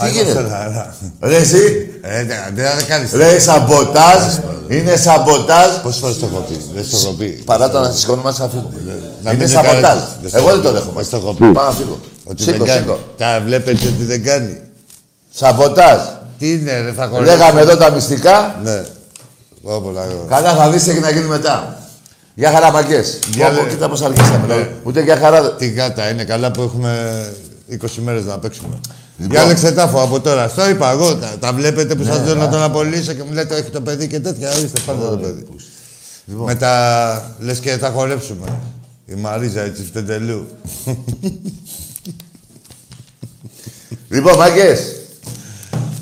Τι γίνεται. Ρε εσύ. Δεν θα κάνεις. Ρε σαμποτάζ. Είναι σαμποτάζ. Πόσες φορές το έχω πει. Δεν στο έχω πει. Παρά το να σηκώνουμε, να φύγουμε. Να Είναι μην με σαμποτάζ. κάνετε. Δεν στο Εγώ δεν έχω το πει. δέχομαι. Δεν στο έχω πει. Πάω να φύγω. Ότι δεν Σήκω, κάνει. σήκω. Τα βλέπετε ότι δεν κάνει. Σαμποτάζ. Τι είναι, ρε, θα χωρέσει. Λέγαμε εδώ τα μυστικά. Ναι. Πω, πω, λέω. Καλά θα δεις τι έχει να γίνει μετά. Για χαρά μαγκές. Για Πω, πω, λέ. Κοίτα πώς αρχίσαμε. Ναι. λέω. Ούτε για χαρά. δεν- Τι γάτα είναι, καλά που έχουμε 20 μέρες να παίξουμε. Λοιπόν. Ναι, Διάλεξε τάφο από τώρα. Στο είπα εγώ. Τα, τα βλέπετε που σας δίνω να τον απολύσω και μου λέτε έχει το παιδί και τέτοια. Ορίστε, πάρτε το παιδί. Λοιπόν. Με τα... λες και θα χορέψουμε. Η Μαρίζα έτσι φτεντελού. Λοιπόν, μαγκές.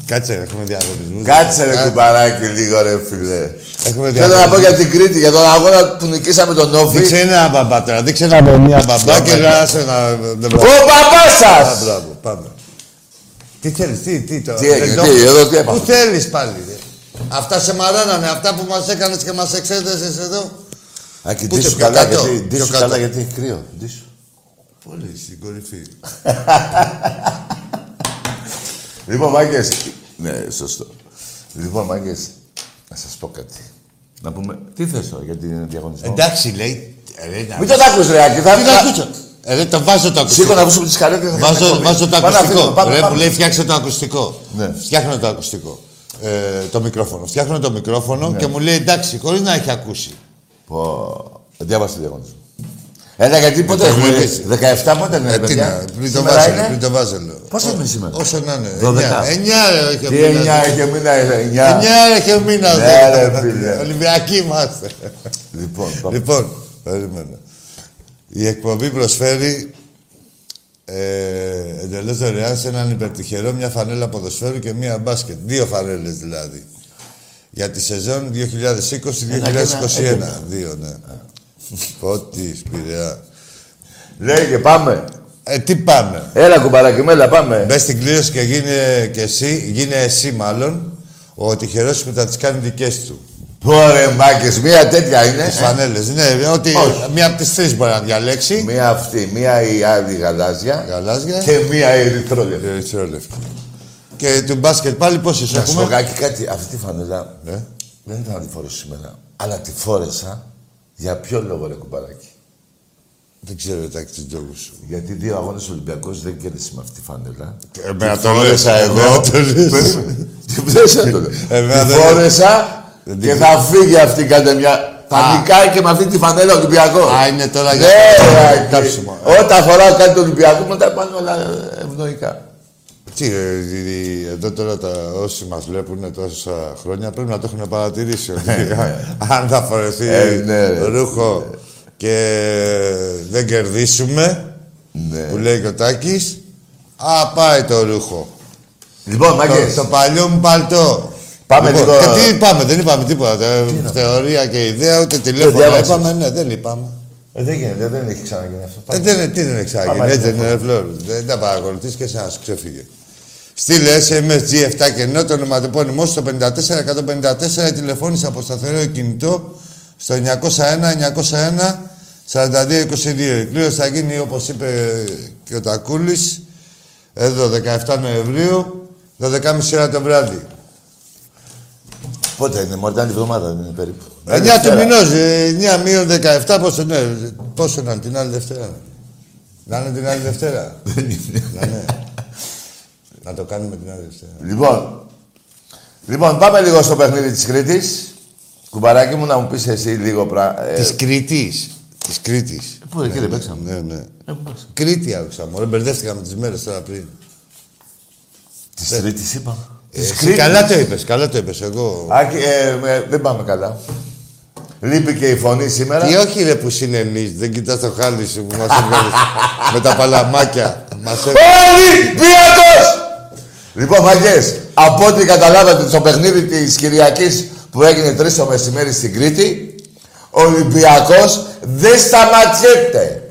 Κάτσε, έχουμε διαγωνισμούς. Κάτσε ρε Κά- κουμπαράκι λίγο ρε φίλε. Έχουμε Θέλω να διαγωνισμούς. πω Ε. για την Κρήτη, για τον αγώνα που νικήσαμε τον Όφη. Δείξε ένα μπαμπά τώρα. Δείξε ένα με μία μπαμπά και Μπαμπά. γράσε ένα... δεν Ο μπορώ. παπάς Α, σας! Μπράβο, πάμε. Τι θέλεις, τι, τι το... Τι έγινε, δεν το- τι, εδώ τι Πού έπαθα. θέλεις πάλι, ρε. Αυτά σε μαράνανε, αυτά που μας έκανες και μας εξέδεσες εδώ. Α, και Πού ντύσου και καλά, πιο κάτω, γιατί, ντύσου πιο κάτω. καλά γιατί έχει κρύο. Ντύσου. Πολύ στην κορυφή. Λοιπόν, μάγκες. Ναι, σωστό. Λοιπόν, μάγκες, να σας πω κάτι. Να πούμε, τι θες τώρα για την διαγωνισμό. Εντάξει, λέει. Ρε, να... Ε, Μην τον ακούς ρε Άκη, θα Μην το ακούσω. Ε, Ρε, το βάζω το ακουστικό. Σήκω να ακούσουμε τις καρέκλες. θα Βάζω, χαθεί. βάζω το Πάμε να φύγουμε, ακουστικό. πάμε, Ρε, που πάμε. λέει φτιάξε το ακουστικό. Ναι. Φτιάχνω το ακουστικό. Ε, το μικρόφωνο. Φτιάχνω το μικρόφωνο και μου λέει εντάξει, χωρίς να έχει ακούσει. Πω, διάβασε το διαγωνισμό. Έλα, γιατί πότε το έχουμε, βλέπεις. 17 πότε είναι, Ε, ρε τι παιδιά. να, πριν το Σήμερα βάζω, είναι? πριν το βάζω, λέω. Πόσο Ο- είναι σήμερα? Όσο να είναι. 12. 9, 9 ρε, όχι Τι μήνα. 9 και μήνα είναι, 9. 9 και μήνας. Ναι, δεν- ρε, φίλε. Ολυμπιακοί είμαστε. Λοιπόν, πάμε. Λοιπόν, περίμενα. Η εκπομπή προσφέρει ε, εντελώς δωρεάν σε έναν υπερτυχερό μια φανέλα ποδοσφαίρου και μια μπάσκετ. Δύο φανέλες δηλαδή. Για τη σεζόν 2020-2021. Δύο, ναι. Φώτης, Πειραιά. Λέγε, πάμε. Ε, τι πάμε. Έλα, κουμπαράκι, μέλα, πάμε. Μπες στην κλήρωση και γίνε και εσύ, γίνε εσύ μάλλον, ο τυχερός που θα τις κάνει δικές του. Ωραία, μάκες, μία τέτοια είναι. Τις φανέλες, ναι, ότι Όχι. μία από τις τρεις μπορεί να διαλέξει. Μία αυτή, μία η άλλη γαλάζια Γαλάζια. Ε, και μία η ερυθρόλευτη. Ερυθρόλευκη. Και του μπάσκετ πάλι πόσες Να σου πω έχουμε. κάτι, κάτι, αυτή τη φανελά Ναι. δεν ήταν να τη φορέσω σήμερα, αλλά τη φόρεσα για ποιο λόγο, ρε κουμπαράκι. Δεν ξέρω τα του τζόγου σου. Γιατί δύο αγώνες Ολυμπιακός δεν κέρδισε με αυτή τη φανελά. Εμένα Τη το λες, φόρεσα εμένα το λες. Περίμενε. Τι πλέσα το λέω. Εμένα Τη δεν- Ε, φόρεσα Δεν και την- θα φύγει αυτή κατά μια. Θα Α. νικάει και με αυτή τη φανέλα Ολυμπιακός. Α, είναι τώρα για Ναι, το κάψιμο. κάψιμο. Όταν φοράω κάτι του Ολυμπιακού, μετά πάνε όλα ε, ευνοϊκά. Τι, ρε, δι- εδώ τώρα τα, όσοι μας βλέπουν τόσα χρόνια πρέπει να το έχουν παρατηρήσει. ότι αν θα φορεθεί ναι. Ε, ναι, ρε. ρούχο και δεν κερδίσουμε, Ναι. που λέει και ο Τάκης, α, πάει το ρούχο. Λοιπόν, Το, μάγκες, το παλιό μου παλτό. Λοιπόν, Πάμε λίγο- και τι είπαμε, δεν είπαμε τίποτα. τε- θεωρία και ιδέα, ούτε τηλέφωνο. διάβασες. Είπαμε, ναι, δεν είπαμε. Ε, δεν γίνεται, δεν έχει ξαναγίνει αυτό. Ε, Πάμε. δεν, είναι- τι δεν εξάγει, Πάμε, έτσι πάμε. είναι ρε φλόρ. Δεν τα παρακολουθείς και εσένα σου ξέφυγε. Στείλε SMS G7 και ενώ το ονοματεπώνυμό σου στο 54154 ή τηλεφώνησε από σταθερό κινητό στο 901-901-4222. Η κλήρωση θα γίνει όπως είπε και ο Τακούλης εδώ 17 Νοεμβρίου 12.30 ώρα το βράδυ. Πότε είναι, μόλι ήταν τη βδομάδα, δεν είναι περίπου. 9 Ε, του μηνός, ε, 9 μείον 17, πόσο, ναι, πόσο να είναι την άλλη Δευτέρα. Να είναι την άλλη Δευτέρα. να, ναι. να το κάνουμε την άλλη Δευτέρα. Λοιπόν, λοιπόν, πάμε λίγο στο παιχνίδι της Κρήτης. Κουμπαράκι μου, να μου πεις εσύ λίγο πράγμα. Ε, Της Κρήτης. Της Κρήτης. Πού εκεί δεν παίξαμε. Ναι, ναι. ε, Κρήτη άκουσα μόνο. Μπερδεύτηκα με τις μέρες τώρα πριν. Της Κρήτης είπα. Ε, εσύ καλά το είπες, καλά το είπες. Εγώ... Άκη, ε, ε, δεν πάμε καλά. Λείπει και η φωνή σήμερα. Τι όχι ρε που συνενείς, δεν κοιτάς το χάλι σου που μας έβγαλες με τα παλαμάκια. Μας έβγαλες. Όλοι πίατος! Λοιπόν, Μαγκές, από ό,τι καταλάβατε στο παιχνίδι της Κυριακής που έγινε 3 το μεσημέρι στην Κρήτη, ο Ολυμπιακός δεν σταματιέται.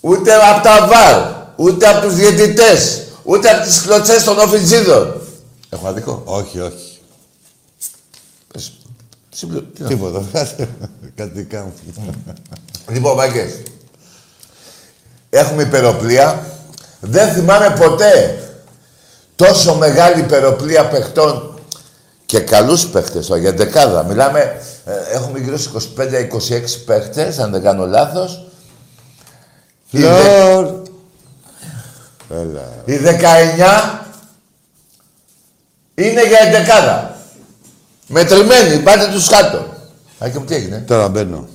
Ούτε από τα βαρ, ούτε από τους διαιτητές, ούτε από τις κλωτσές των οφιτζίδων. Έχω αδικό. όχι, όχι. Συμπλου- τι να- Τίποτα. Κάτι κάνω. Λοιπόν, Μάγκες, έχουμε υπεροπλία. Δεν θυμάμαι ποτέ τόσο μεγάλη υπεροπλία παιχτών και καλούς παίχτες τώρα, για δεκάδα. Μιλάμε, ε, έχουμε γύρω στους 25-26 παίχτες, αν δεν κάνω λάθος. Η, δε- Φλόρ. Έλα. η 19 είναι για δεκάδα. Μετρημένη, πάτε τους κάτω. Άκη μου, τι έγινε, Τώρα μπαίνω.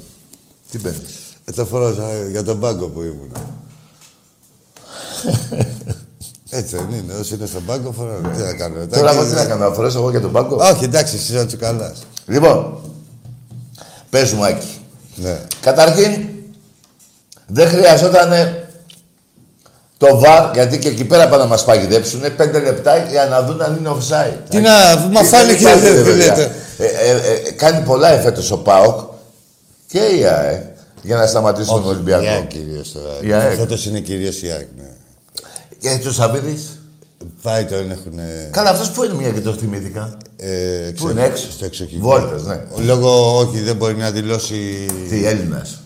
τι παίρνει. Ε, το φοράω για τον πάγκο που ήμουν. Έτσι δεν είναι. Όσοι είναι στον πάγκο φοράω. Τι να κάνω. Τώρα Εντάξει, ναι. εγώ τι να κάνω, να φορέσω εγώ και τον πάγκο. Όχι, εντάξει, εσύ να τσουκαλάς. Λοιπόν, πες μου Άκη. Ναι. Καταρχήν, δεν χρειαζόταν το βαρ, γιατί και εκεί πέρα πάνε να μας παγιδέψουν πέντε λεπτά για να δουν αν είναι offside. Τι να, μα φάνηκε, δεν δεν υπάρχει, τι παιδιά. λέτε. Ε, ε, ε, κάνει πολλά εφέτος ο ΠΑΟΚ και η ΑΕ για να σταματήσουν τον Η Ολυμπιακό. ΑΕΚ κυρίως τώρα. Η ΑΕΚ. Φέτος είναι κυρίως η ΑΕΚ, ναι. Και τους Σαββίδης. Πάει τώρα, έχουνε... Καλά, αυτός που είναι μια και το θυμήθηκα. Ε, εξε- είναι, έξω? Στο εξωκοινό. Βόλτες, ναι. Λόγω, όχι, δεν μπορεί να δηλώσει... Τι Έλληνας.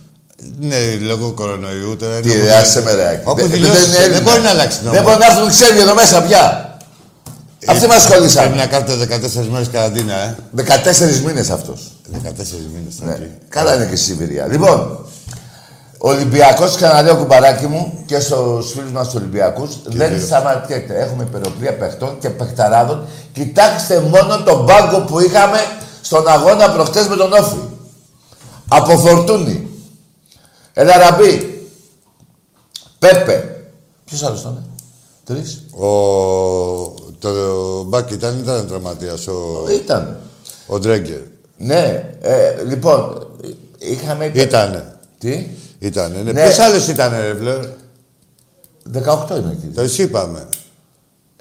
Ναι, λόγω κορονοϊού τώρα. Τι είναι όπου- άσε με ρε. Άκη. Όπου Δεν- δηλώσεις, είναι Έλληνας. δεν μπορεί να αλλάξει νόμο. Δεν μπορεί να έρθουν ξένοι εδώ μέσα πια. Αυτοί μας Πρέπει χωρίσανε. να κάνετε 14 μέρες καραντίνα, ε. 14 μήνες αυτός. 14 μήνες. θα πει. Ναι. Καλά είναι και στη Σιβηρία. Λοιπόν, ο Ολυμπιακός, ξαναλέω κουμπαράκι μου και στους φίλους μας Ολυμπιακού, δεν δύο. σταματιέται. Έχουμε υπεροπλία παιχτών και παιχταράδων. Κοιτάξτε μόνο τον πάγκο που είχαμε στον αγώνα προχτές με τον Όφη. Από φορτούνη. Ελαραμπή. Πέπε. Ποιος άλλος ήταν, Τρεις. Ο... Το μπάκι ήταν, ήταν τραυματίας ο, Ήταν. ο Ντρέγκερ. Ναι, ε, λοιπόν, είχαμε. Ήτανε. Τι. Ήτανε. Ναι. Ναι. Ποιος άλλος ήτανε, ρε, βλέ. 18 είναι εκεί. Το εσύ είπαμε.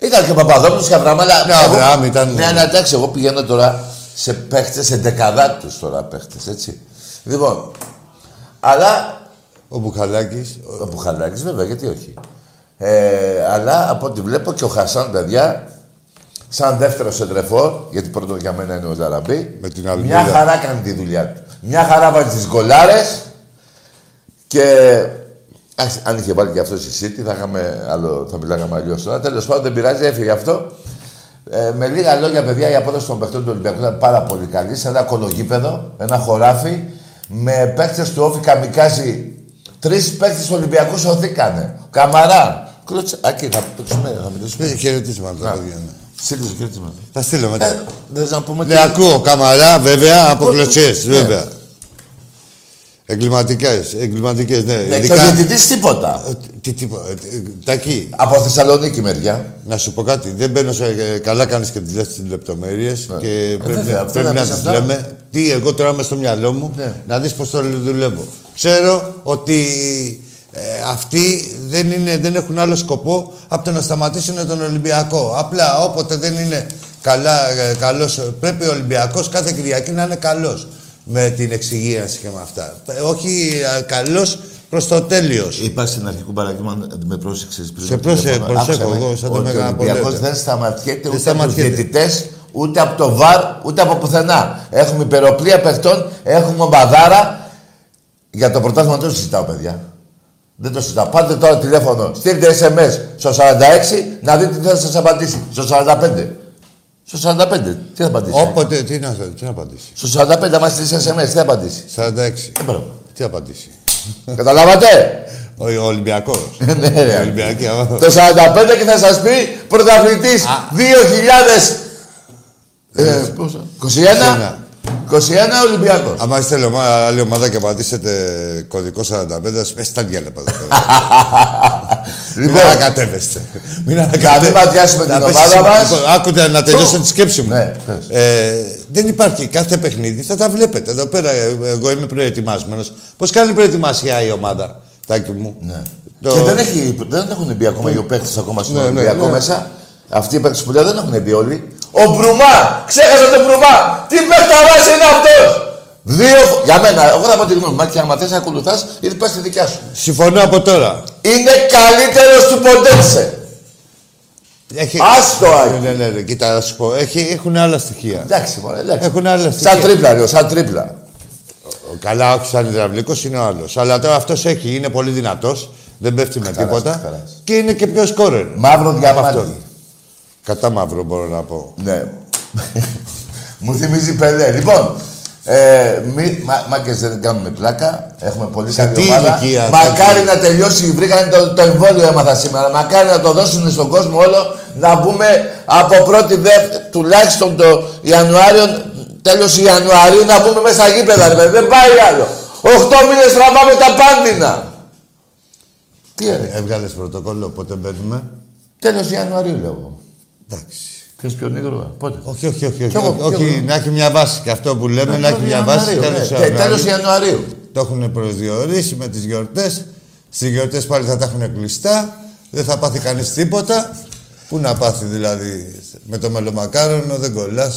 Ήταν και Παπαδόπουλος και Αβραμά, αλλά. Ναι, Αβραάμ ήταν- Ναι, ναι, εντάξει, εγώ πηγαίνω τώρα σε παίχτες, σε δεκαδάτου τώρα παίχτες, έτσι. Λοιπόν, αλλά. Ο Μπουχαλάκης. ο- Ο Μπουχαλάκης, βέβαια, γιατί όχι. Ε, αλλά από ό,τι βλέπω και ο Χασάν, παιδιά, σαν δεύτερο σεντρεφόρ, γιατί πρώτο για μένα είναι ο Λαραμπή. Με την Μια Αλμίδα. χαρά κάνει τη δουλειά του. Μια χαρά βάζει τις γκολάρες και. εντάξει, Αν είχε βάλει και αυτός στη City, θα, είχαμε άλλο, θα μιλάγαμε αλλιώς τώρα. Τέλος πάντων, δεν πειράζει, έφυγε αυτό. Ε, με λίγα λόγια, παιδιά, η απόδοση των παιχτών του Ολυμπιακού ήταν πάρα πολύ καλή. Σε ένα κολογίπεδο, ένα χωράφι, με παίχτες του Όφη Καμικάζη. Τρεις παίχτε Ολυμπιακού σωθήκανε. Καμαρά. Κλωτσάκι, θα παίξουμε, θα μιλήσουμε. Ε, Χαιρετίσματα. τα παιδιά, ναι. Σύλλογο, χαιρετίσματα. Θα στείλω Ε, μετά. δεν να πούμε Ναι, ακούω. Καμαρά, βέβαια, από Ακούω. κλωτσιές, Ναι. βέβαια. Εγκληματικές, εγκληματικές, ναι. Δεν Ειδικά- ξέρει διαιτητής τίποτα. Ε, τι- Τι τίποτα. ε, ε, Τακί, Από Θεσσαλονίκη μεριά. να σου πω κάτι. Δεν μπαίνω σε. ε, Καλά κάνεις και τις λες τις λεπτομέρειες και πρέπει, Ναι. Ε, βέβαια, να- αυτό πρέπει να να πεις τις αυτά. λέμε. Τι εγώ τώρα είμαι στο μυαλό μου, Ναι. να δεις πώς το δουλεύω. Ξέρω ότι ε, αυτοί δεν, είναι, δεν έχουν άλλο σκοπό από το να σταματήσουν τον Ολυμπιακό. Απλά όποτε δεν είναι καλά, ε, καλός, ε, πρέπει ο Ολυμπιακός κάθε Κυριακή να είναι καλός με την εξυγίανση και με αυτά. Ε, Όχι ε, καλός προς το τέλειος. Είπα στην αρχική παρακείμενο να με πρόσεξες πριν. Σε πρόσε- προσέχω εγώ, σαν το Μέγαρα ναι. Ο Ολυμπιακό Πολέτα. δεν σταματιέται ούτε από τους σταματιέται. διαιτητές, ούτε από το βαρ, ούτε από πουθενά. Έχουμε υπεροπλία παιχτών, έχουμε μπαδάρα. Για το πρωτάθλημα δεν το συζητάω, παιδιά. Δεν το συζητάω. Πάρτε τώρα τηλέφωνο, στείλτε SMS στο 46 να δείτε τι θα σας απαντήσει. Στο 45. Στο 45, τι θα απαντήσεις. Όποτε, τι να, τι να απαντήσεις. Στο 45, άμα στείλεις SMS, τι θα απαντήσεις. 46. Δεν μπορώ. Τι απαντήσει. Καταλάβατε. Ο Ολυμπιακός. Ναι, ρε. Ολυμπιακή ομάδα. Το 45 και θα σας πει πρωταθλητής 2000... ε, πόσα, 21, 21 Ολυμπιακός. Άμα είστε λεωμα- άλλη ομάδα και πατήσετε κωδικό 45, ας πες τα διάλεπα εδώ πέρα. Μην Λοιπόν, ανακατεύεστε. Μην να μην ανακατεύεστε. πατιάσουμε την Να πες ομάδα εσύ- μας. Λοιπόν, Άκουτε να τελειώσω τη σκέψη μου. Ναι, πες. Ε, δεν υπάρχει κάθε παιχνίδι, θα τα βλέπετε. Εδώ πέρα, ε, εγώ είμαι προετοιμασμένος. Πώς κάνει προετοιμασία η ομάδα, τάκι μου. Ναι. Ναι. Το- Και δεν, έχει, δεν έχουν μπει ακόμα οι παίκτες ακόμα στον Ναι, ναι, Ολυμπιακό ναι. μέσα. Αυτοί οι παίκτες που λέω δεν έχουν μπει όλοι. Ο Μπρουμά! Ξέχασα τον Μπρουμά! Τι παιχταράς είναι αυτός! Δύο, για μένα, εγώ θα πω τη γνώμη μου. Μα και άμα θες να ακολουθάς, ήδη πας στη δικιά σου. Συμφωνώ από τώρα. Είναι καλύτερος του Ποντένσε. Έχει... Άστο, Άκη. Ναι, ναι, ναι, ναι, κοίτα, να σου πω. Έχει, έχουν άλλα στοιχεία. Εντάξει, μωρέ, εντάξει. Έχουν άλλα στοιχεία. Σαν τρίπλα, λέω, σαν τρίπλα. Ο- Καλά, όχι σαν υδραυλικός είναι ο άλλος. Αλλά τώρα αυτός έχει, είναι πολύ δυνατός. Δεν πέφτει με Καταράς, τίποτα. καταράς. Και είναι και πιο σκόρερ. Μαύρο Αυτό. διαμάντι. Κατά μαύρο μπορώ να πω. Ναι. Μου θυμίζει πελέ. Λοιπόν, ε, μη, μα, μάκες δεν κάνουμε πλάκα. Έχουμε πολύ καλή τι ομάδα. ηλικία, Μακάρι τι- να τελειώσει. Βρήκανε το, το εμβόλιο έμαθα σήμερα. Μακάρι να το δώσουν στον κόσμο όλο. Να μπούμε από πρώτη δε, τουλάχιστον το Ιανουάριο, τέλος Ιανουαρίου, να μπούμε μέσα στα γήπεδα. ρε παιδί. Δεν πάει άλλο. Οχτώ μήνες τραβάμε τα πάντινα. Τι έρε. Έβγαλε Ε, πρωτοκόλλο, πότε μπαίνουμε. Τέλος Ιανουαρίου λέω εγώ. Εντάξει. Ξέρεις ποιον Ήγορο, πότε. Όχι, όχι, όχι. όχι, Κι εγώ, όχι, κι εγώ. όχι, να έχει μια βάση. Και αυτό που λέμε να έχει μια βάση. ναι. τέλος Ιανουαρίου. Τέλος Ιανουαρίου. Το έχουν προσδιορίσει με τις γιορτές. Στις γιορτές πάλι θα τα έχουν κλειστά. Δεν θα πάθει κανείς τίποτα. Πού να πάθει δηλαδή με το μελομακάρονο, δεν κολλάς.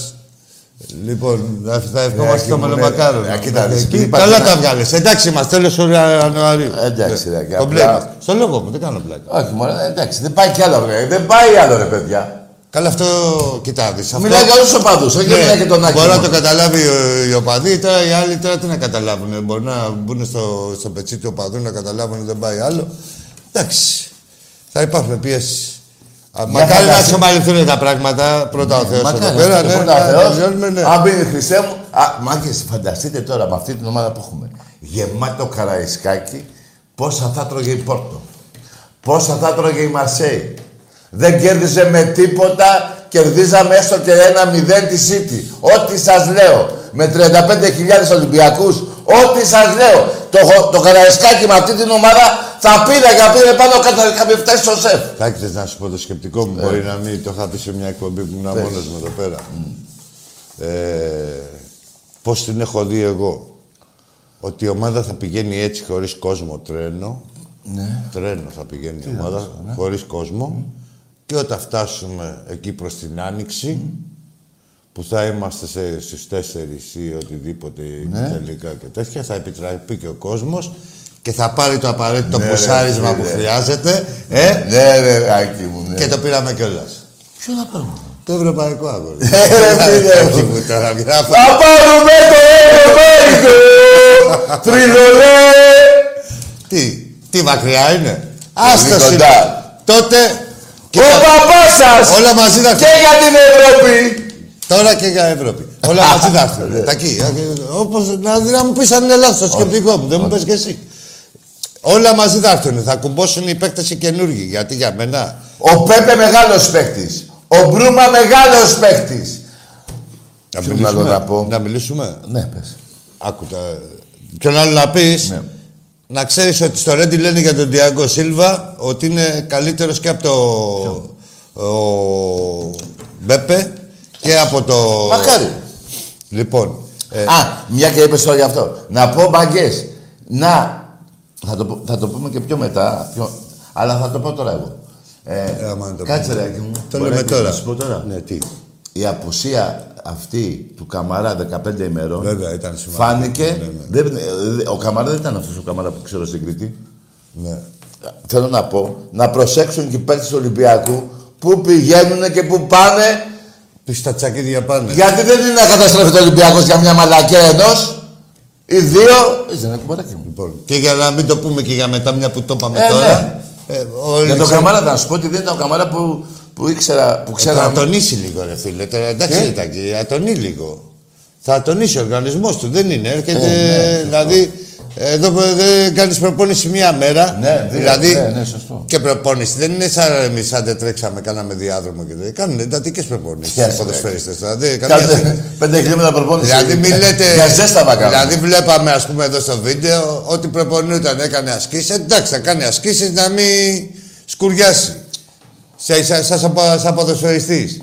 Λοιπόν, θα- θα ευχόμαστε Άκη το μου, ναι, μελομακάρονο. ναι, κοίτα, Εκεί- δεις, μην Καλά πατάς- τα βγάλες. Εντάξει μα, τέλο Ιανουαρίου. Εντάξει, Ναι. ρε, και Το απλά- μπλέκει. Στο λόγο μου, δεν κάνω πλάκα. Όχι, μόνο εντάξει, δεν πάει κι άλλο, ρε. Δεν πάει άλλο, ρε, παιδιά. Καλά, αυτό κοιτάξτε. Αυτό... Μιλάει για όλους τους οπαδούς, όχι Ναι, μιλάει για τον Άκη. Μπορεί να μόνο. το καταλάβει ο- οι οπαδοί, τώρα οι άλλοι τώρα τι να καταλάβουν. ε, Μπορεί να μπουν στο, στο πετσί του οπαδού να καταλάβουν ότι δεν πάει άλλο. Εντάξει. Θα υπάρχουν πιέσεις. Μακάρι να φαντασία. σωμαληθούν τα πράγματα. Πρώτα ο Θεός εδώ Μακάρι, πέρα. πέρα, Ναι, ναι, να τελειώνουμε, ναι. ναι. Αν μπει, Χριστέ μου, α, μάγκες, φανταστείτε τώρα με αυτή την ομάδα που έχουμε. Γεμάτο καραϊσκάκι, πόσα θα τρώγε η Πόρτο. Πόσα θα τρώγε η Μαρσέη. Δεν κέρδιζε με τίποτα, κερδίζαμε έστω και ένα μηδέν της City. Ό,τι σας λέω, με 35.000 Ολυμπιακούς, ό,τι σας λέω. Το, χο- το καραϊσκάκι με αυτή την ομάδα θα πήρε και πήρε πάνω κάτω, είχαμε φτάσει στο σεφ. Εντάξει, θες να σου πω το σκεπτικό μου. Ε. Μπορεί να μην το είχα πει σε μια εκπομπή που ήμουν μόνος μου εδώ πέρα. Ε, Πώς την έχω δει εγώ. Ότι η ομάδα θα πηγαίνει έτσι χωρίς κόσμο τρένο Ναι. Τρένο θα πηγαίνει η ομάδα, χωρίς κόσμο. Και όταν φτάσουμε εκεί προς την άνοιξη, που θα είμαστε σε, στους τέσσερις ή οτιδήποτε Ναι. τελικά και τέτοια, θα επιτραπεί και ο κόσμος και θα πάρει το απαραίτητο Ναι, ρε, ποσάρισμα φίλε. που χρειάζεται ε, Ναι, ρε, Άκη μου. ναι. και το πήραμε κιόλας. Ποιο να πάρουμε. Το ευρωπαϊκό αγόρι. ρε, φίλε. Εκεί που τώρα γράφω. Θα πάρουμε το ευρωπαϊκό τριδολέ. Τι, τι μακριά είναι. Άστο κοντά. είναι. Τότε και Ο τα- παπάς σας όλα μαζί θα και για την Ευρώπη. Τώρα και για Ευρώπη. Όλα μαζί θα έρθουν. Τα εκεί. Όπως να, να μου πεις αν είναι λάθος το σκεπτικό μου, δεν μου πες και εσύ. Όλα μαζί θα έρθουν. Θα κουμπώσουν οι παίκτες οι καινούργοι. Γιατί για μένα. Ο Πέπε μεγάλος παίχτης. Ο Μπρούμα μεγάλος παίχτης. Να Ποιον άλλο να πω. να μιλήσουμε. Ναι, πες. Άκουτα. Ποιον άλλο να πεις. Ναι. Να ξέρεις ότι στο Ρέντι λένε για τον Τιάγκο Σίλβα ότι είναι καλύτερος και από το. Ο... Μπέπε και από το. Μακάρι. Λοιπόν. ε, Α, μια και είπες τώρα γι' αυτό. Να πω μπαγκές. Να. Θα το, πω- θα το πούμε και πιο μετά. πιο- Αλλά θα το πω τώρα εγώ. Ε, Ε, άμα να το κάτσε πούμε. ρε Άκη μου. το Μπορεί λέμε να- τώρα. να σου πω τώρα. Ναι, τι. Η απουσία αυτή του Καμαρά 15 ημερών Βέβαια, ήταν σημαντικό. φάνηκε. Ναι, ναι. δεν- ε, ο Καμαρά δεν ήταν αυτός ο Καμαρά που ξέρω στην Κρήτη. Ναι. Θέλω να πω να προσέξουν και οι παίκτες του Ολυμπιακού που πηγαίνουν και που πάνε Τους τα τσακίδια πάνε. Γιατί δεν είναι να καταστρέφεται ο Ολυμπιακός για μια μαλακία ενός ή δύο. Είσαι ένα κουμπαράκι μου. Λοιπόν, και για να μην το πούμε και για μετά, μια που το είπαμε Ε, τώρα. Ε, όλοι Για τον ξέρουν- Καμάρα να σου πω ότι δεν ήταν ο Καμάρα που, που ήξερα. Που Ε, ξέρα... Θα τονίσει λίγο, ρε φίλε. Τώρα, εντάξει, Τι? ήταν και θα τονεί λίγο. Θα τονίσει ο οργανισμός του. Δεν είναι. Έρχεται, Ε, ναι, δηλαδή, εδώ που δεν κάνεις προπόνηση μία μέρα. Ναι, δύο, δηλαδή. ναι, ναι, σωστό. Και προπόνηση δεν είναι σαν εμείς αν τρέξαμε, κάναμε διάδρομο και δεν. Κάνουν εντατικές προπόνησεις. Yes, Οι ποδοσφαιριστέ τώρα. Δεν, Δηλαδή, καμία σχέση. Κάνε πέντε χιλιόμετρα προπόνηση. Δηλαδή μη λέτε... Για ζέστα βακά. Δηλαδή βλέπαμε ας πούμε εδώ στο βίντεο ότι προπονούταν, έκανε ασκήσεις. Εντάξει θα κάνει ασκήσεις να μην σκουριάσει. Σα, σα, σας, σα, σαν ποδοσφαιριστής.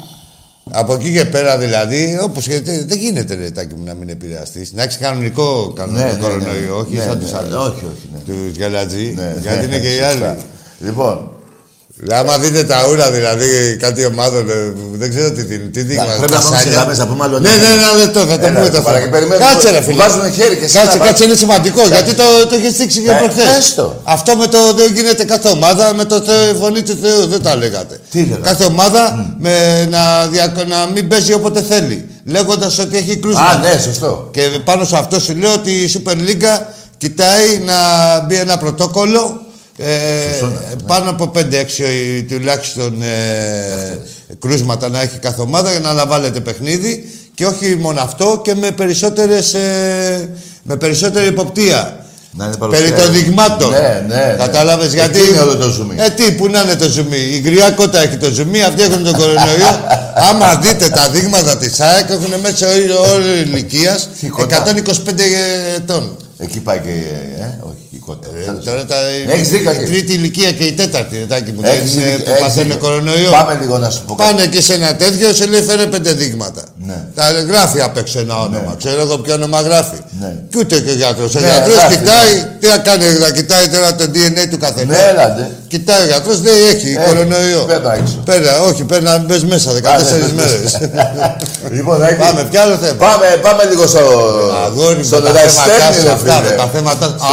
Από εκεί και πέρα δηλαδή, όπως και τι- δεν γίνεται ρε τάκι μου να μην επηρεαστείς. Να έχεις κανονικό κανονικό Ναι, ναι, ναι. κορονοϊό, όχι Ναι, σαν ναι, τους ναι. άλλους. Όχι, όχι, ναι. Τους γαλατζή, Ναι, γιατί ναι, είναι και οι σωστά. άλλοι. Λοιπόν, Άμα δείτε τα ούρα δηλαδή, κάτι ομάδων, ε, δεν ξέρω τι δίνει. Τι δίνει, πρέπει να πάμε σε γραμμές, θα πούμε άλλο Ναι, ναι, ένα. ναι, ναι, το, θα το Έλα, πούμε ρε, το παρα- θέμα. και περιμένουμε. Κάτσε ρε Που φίλε. βάζουμε χέρι και εσύ Κάτσε, να κάτσε, πα- είναι σημαντικό γιατί το, το έχεις δείξει και Ε, προχθές. πες το. Αυτό με το δεν γίνεται κάθε ομάδα με το Θεό, φωνή του Θεού, δεν τα λέγατε. Τι λέγατε. Κάθε ομάδα με, να, δια- να μην παίζει όποτε θέλει. Λέγοντας ότι έχει κρούσμα. Α, ναι, σωστό. Και πάνω σε αυτό σου λέω ότι η Super League κοιτάει να μπει ένα πρωτόκολλο ε, πάνω από 5-6 ε, τουλάχιστον ε, κρούσματα να έχει κάθε ομάδα για να αναβάλλεται παιχνίδι και όχι μόνο αυτό και με, περισσότερες, ε, με περισσότερη υποπτία. Να είναι παρουσία. Περί των δειγμάτων. Ναι, ναι. ναι. Κατάλαβες γιατί. Εκεί είναι όλο το ζουμί. Ε, τι, που να είναι το ζουμί. Η γκριά κότα έχει το ζουμί, αυτοί έχουν τον κορονοϊό. Άμα δείτε τα δείγματα της ΑΕΚ έχουν μέσα όριο ηλικίας Τι κότα. 125 ε, ετών. Εκεί πάει και. Ε, ε, όχι, η κότα. Ε, Τώρα τα, Έχεις δίκιο, η έχεις. τρίτη ηλικία και η τέταρτη, ρετάκι μου, Έχεις δεν είναι δίκιο, που έχεις παθαίνουν δίκιο. κορονοϊό. Πάμε λίγο να σου πω κάτι. Πάνε και σε ένα τέτοιο, σε λέει φέρε πέντε δείγματα. Ναι. Τα γράφει απ' έξω ένα όνομα. Ξέρω εγώ ποιο όνομα γράφει. Ναι. Και ούτε και ο γιατρός. Ο Ναι, γιατρός γράφει, κοιτάει, τι να κάνει, να κοιτάει τώρα το DNA του καθενός. Ναι, έλατε. Κοιτάει ο γιατρός, λέει έχει Έχει, κορονοϊό. πέτα έξω. Πέρα, όχι, πέρα να μπες μέσα 14 ναι, ναι. μέρε. Λοιπόν, Άκη, Πάμε, ποιο άλλο θέμα. Πάμε, πάμε λίγο στο. Αγόρι μου, στο τα θέματα Ραϊστέρνη, σου ρε αυτά, φίλε. ρε, τα θέματα. σου. Α,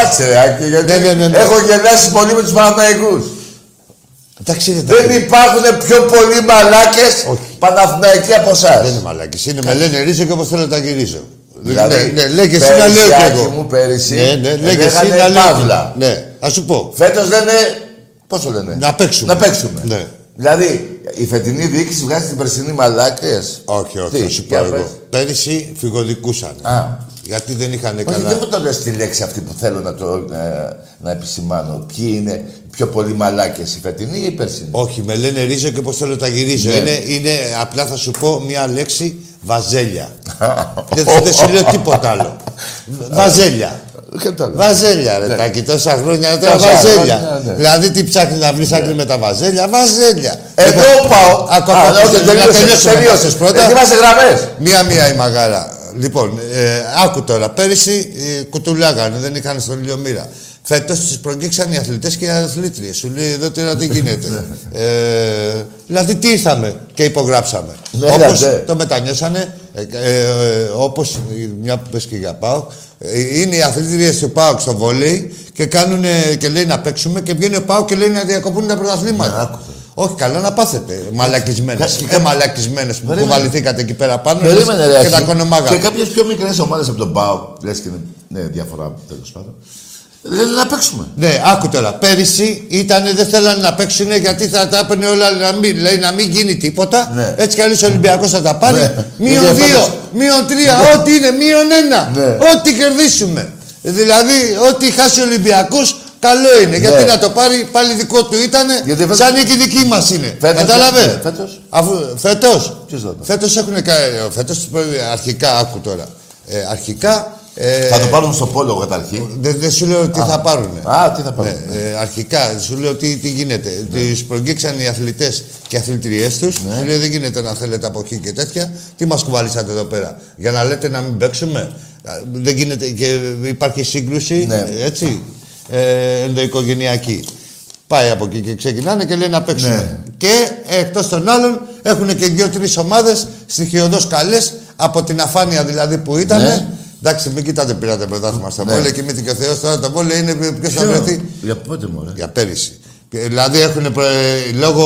Κάτσε ρε Άκη, γιατί Ναι, ναι, ναι, ναι. έχω γελάσει πολύ με τους Παναθηναϊκούς. Εντάξει, είναι τα Δεν υπάρχουν πιο πολλοί μαλάκες Παναθηναϊκοί από εσάς. Δεν είναι μαλάκι. Είναι με λένε ρίζο και όπως θέλω τα γυρίζω. Δηλαδή, ναι, ναι, λέει και εσύ να λέω πέρυσι, και Άκη εγώ. μου, πέρυσι, ναι, ναι, λέει και εσύ λέγανε να λέω. και εγώ. Παύλα. Ναι, ας σου πω. Φέτος λένε, πώς το λένε, Να παίξουμε. Να παίξουμε. Ναι. Δηλαδή, η φετινή διοίκηση βγάζει την περσινή μαλάκες. Όχι, όχι, Τι, θα σου πω για εγώ. πες. Πέρυσι φυγοδικούσαν. Α. Γιατί δεν είχαν Όχι, δεν καλά. μου το λες τη λέξη αυτή που θέλω να, το, ε, να επισημάνω. Ποιοι είναι οι πιο πολλοί μαλάκες, η φετινή ή η περσινή. Όχι, με λένε ρίζο και πώς θέλω τα γυρίζω. Ναι. Είναι, είναι, απλά θα σου πω μία λέξη βαζέλια. δεν, δεν σου λέω τίποτα άλλο. βαζέλια. Κατάλαβα. Βαζέλια, ρε τάκι, τόσα χρόνια τώρα Ναι. Τόσα βαζέλια. χρόνια, ναι. Δηλαδή τι ψάχνει να βρει άκρη με τα βαζέλια, βαζέλια. Εγώ πάω. Ακόμα, Α, ναι, άκουσε, όχι, να τελειώσουμε. Άκουσες πρώτα. Εκεί είμαστε γραμμέ. Μία-μία η μαγάρα. Λοιπόν, ε, άκου τώρα. Πέρυσι ε, κουτουλάγανε, δεν είχαν στον ήλιο μοίρα. Φέτο τι προκύξαν οι αθλητές και οι αθλήτριες. Σου λέει εδώ τώρα τι γίνεται. ε, δηλαδή τι ήρθαμε και υπογράψαμε. Ναι, Όπως ναι. το μετανιώσανε, ε, ε, ε, όπω μια που πες και για πάω, είναι οι αθλήτριες του ΠΑΟΚ στο βολέι και, κάνουν, και λέει να παίξουμε και βγαίνει ο ΠΑΟΚ και λέει να διακοπούν τα Ναι, πρωταθλήματα. άκουσα. Όχι, καλά να πάθετε. Μαλακισμένες. Ε, μαλακισμένες που Περίμενε. κουβαληθήκατε εκεί πέρα πάνω Περίμενε, ρε. Ε, και τα αρχή. κονομάγα. Ε, Και κάποιες πιο μικρές ομάδες από τον Πάο, λες και είναι ναι, διαφορά τέλος πάντων. Λένε να παίξουμε. Ναι, άκου τώρα. Πέρυσι ήταν, δεν θέλανε να παίξουν γιατί θα τα έπαιρνε όλα να μην, λέει, να μην γίνει τίποτα. Ναι. Έτσι κι αλλιώς ο Ολυμπιακός θα τα πάρει. Ναι. Μείον Δεν δύο, διαφωνείς. μείον τρία, ό,τι είναι, μείον ένα. Ναι. Ό,τι κερδίσουμε. Δηλαδή, ό,τι χάσει ο Ολυμπιακός, καλό είναι. Γιατί να το πάρει πάλι δικό του ήταν, Ναι. Γιατί φέτος- σαν νίκη δική μας είναι. Φέτος- Κατάλαβες. ναι, φέτος. Αφού, φέτος. Ποιος θα το- Φέτος έχουν κάνει. Φέτος, ε, αρχικά, άκου τώρα. Ε, αρχικά. ε, Θα το πάρουν στο πόλο καταρχήν. δεν δεν σου λέω τι θα πάρουν. Α, τι θα πάρουν. Ναι, ε, αρχικά σου λέω τι, τι γίνεται. Ναι. Του προγγίξαν οι αθλητές και οι αθλητριές τους. Ναι. Σου λέω δεν γίνεται να θέλετε από εκεί και τέτοια. Τι μας κουβαλήσατε εδώ πέρα. Για να λέτε να μην παίξουμε. Α, Δεν γίνεται και υπάρχει σύγκρουση. Ναι. Έτσι. Ε, ενδοοικογενειακή. Πάει από εκεί και ξεκινάνε και λέει να παίξουμε. Ναι. Και εκτός των άλλων έχουν και δύο-τρει ομάδες στοιχειοδός καλές από την αφάνεια δηλαδή που ήταν. Ναι. Εντάξει, μην κοιτάτε πήρατε πρωτάθλημα στα Ναι. βόλια, κοιμήθηκε ο Θεός. Τώρα τα βόλια είναι ποιο θα βρεθεί. ε, Για πότε μου, ρε. Για πέρυσι. Ε, Δηλαδή έχουν προ... λόγω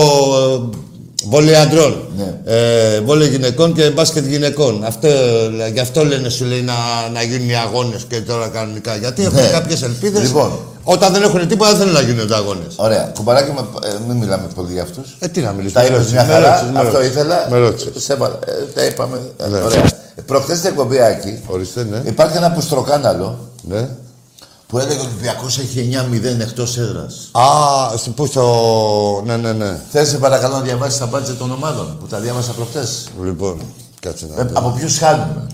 ε, βόλεϊ αντρών, Ναι. ε, βόλεϊ γυναικών και μπάσκετ γυναικών. Αυτό, ε, γι' αυτό λένε σου λέει να, να γίνουν οι αγώνες και τώρα κανονικά. Γιατί έχουν Ναι. κάποιες ελπίδες. Λοιπόν. Όταν δεν έχουν τίποτα δεν θέλουν να γίνονται αγώνες. Ωραία. Κουμπαράκι, με, ε, μην μιλάμε πολύ για αυτούς. Ε, τι να μιλήσουμε. Τα είπες ρώτησες, μια με χαρά. ρώτησες, με Αυτό ρώτησες. ήθελα. Με ρώτησες. Σε βα- ε, Τα είπαμε. Ε, Ναι. Ωραία. Προχθές στην εκπομπή Άκη, Ορίστε, ναι. υπάρχει ένα πουστροκάναλο ναι. που έλεγε ότι ο Ολυμπιακό έχει 9-0 εκτός έδρας. Α, στο- πού στο. Ναι, ναι, ναι. Θες σε παρακαλώ να διαβάσεις τα μπάτζε των ομάδων που τα διάβασα προχθές. Λοιπόν, κάτσε να Ε, δω. από ποιους χάνουμε.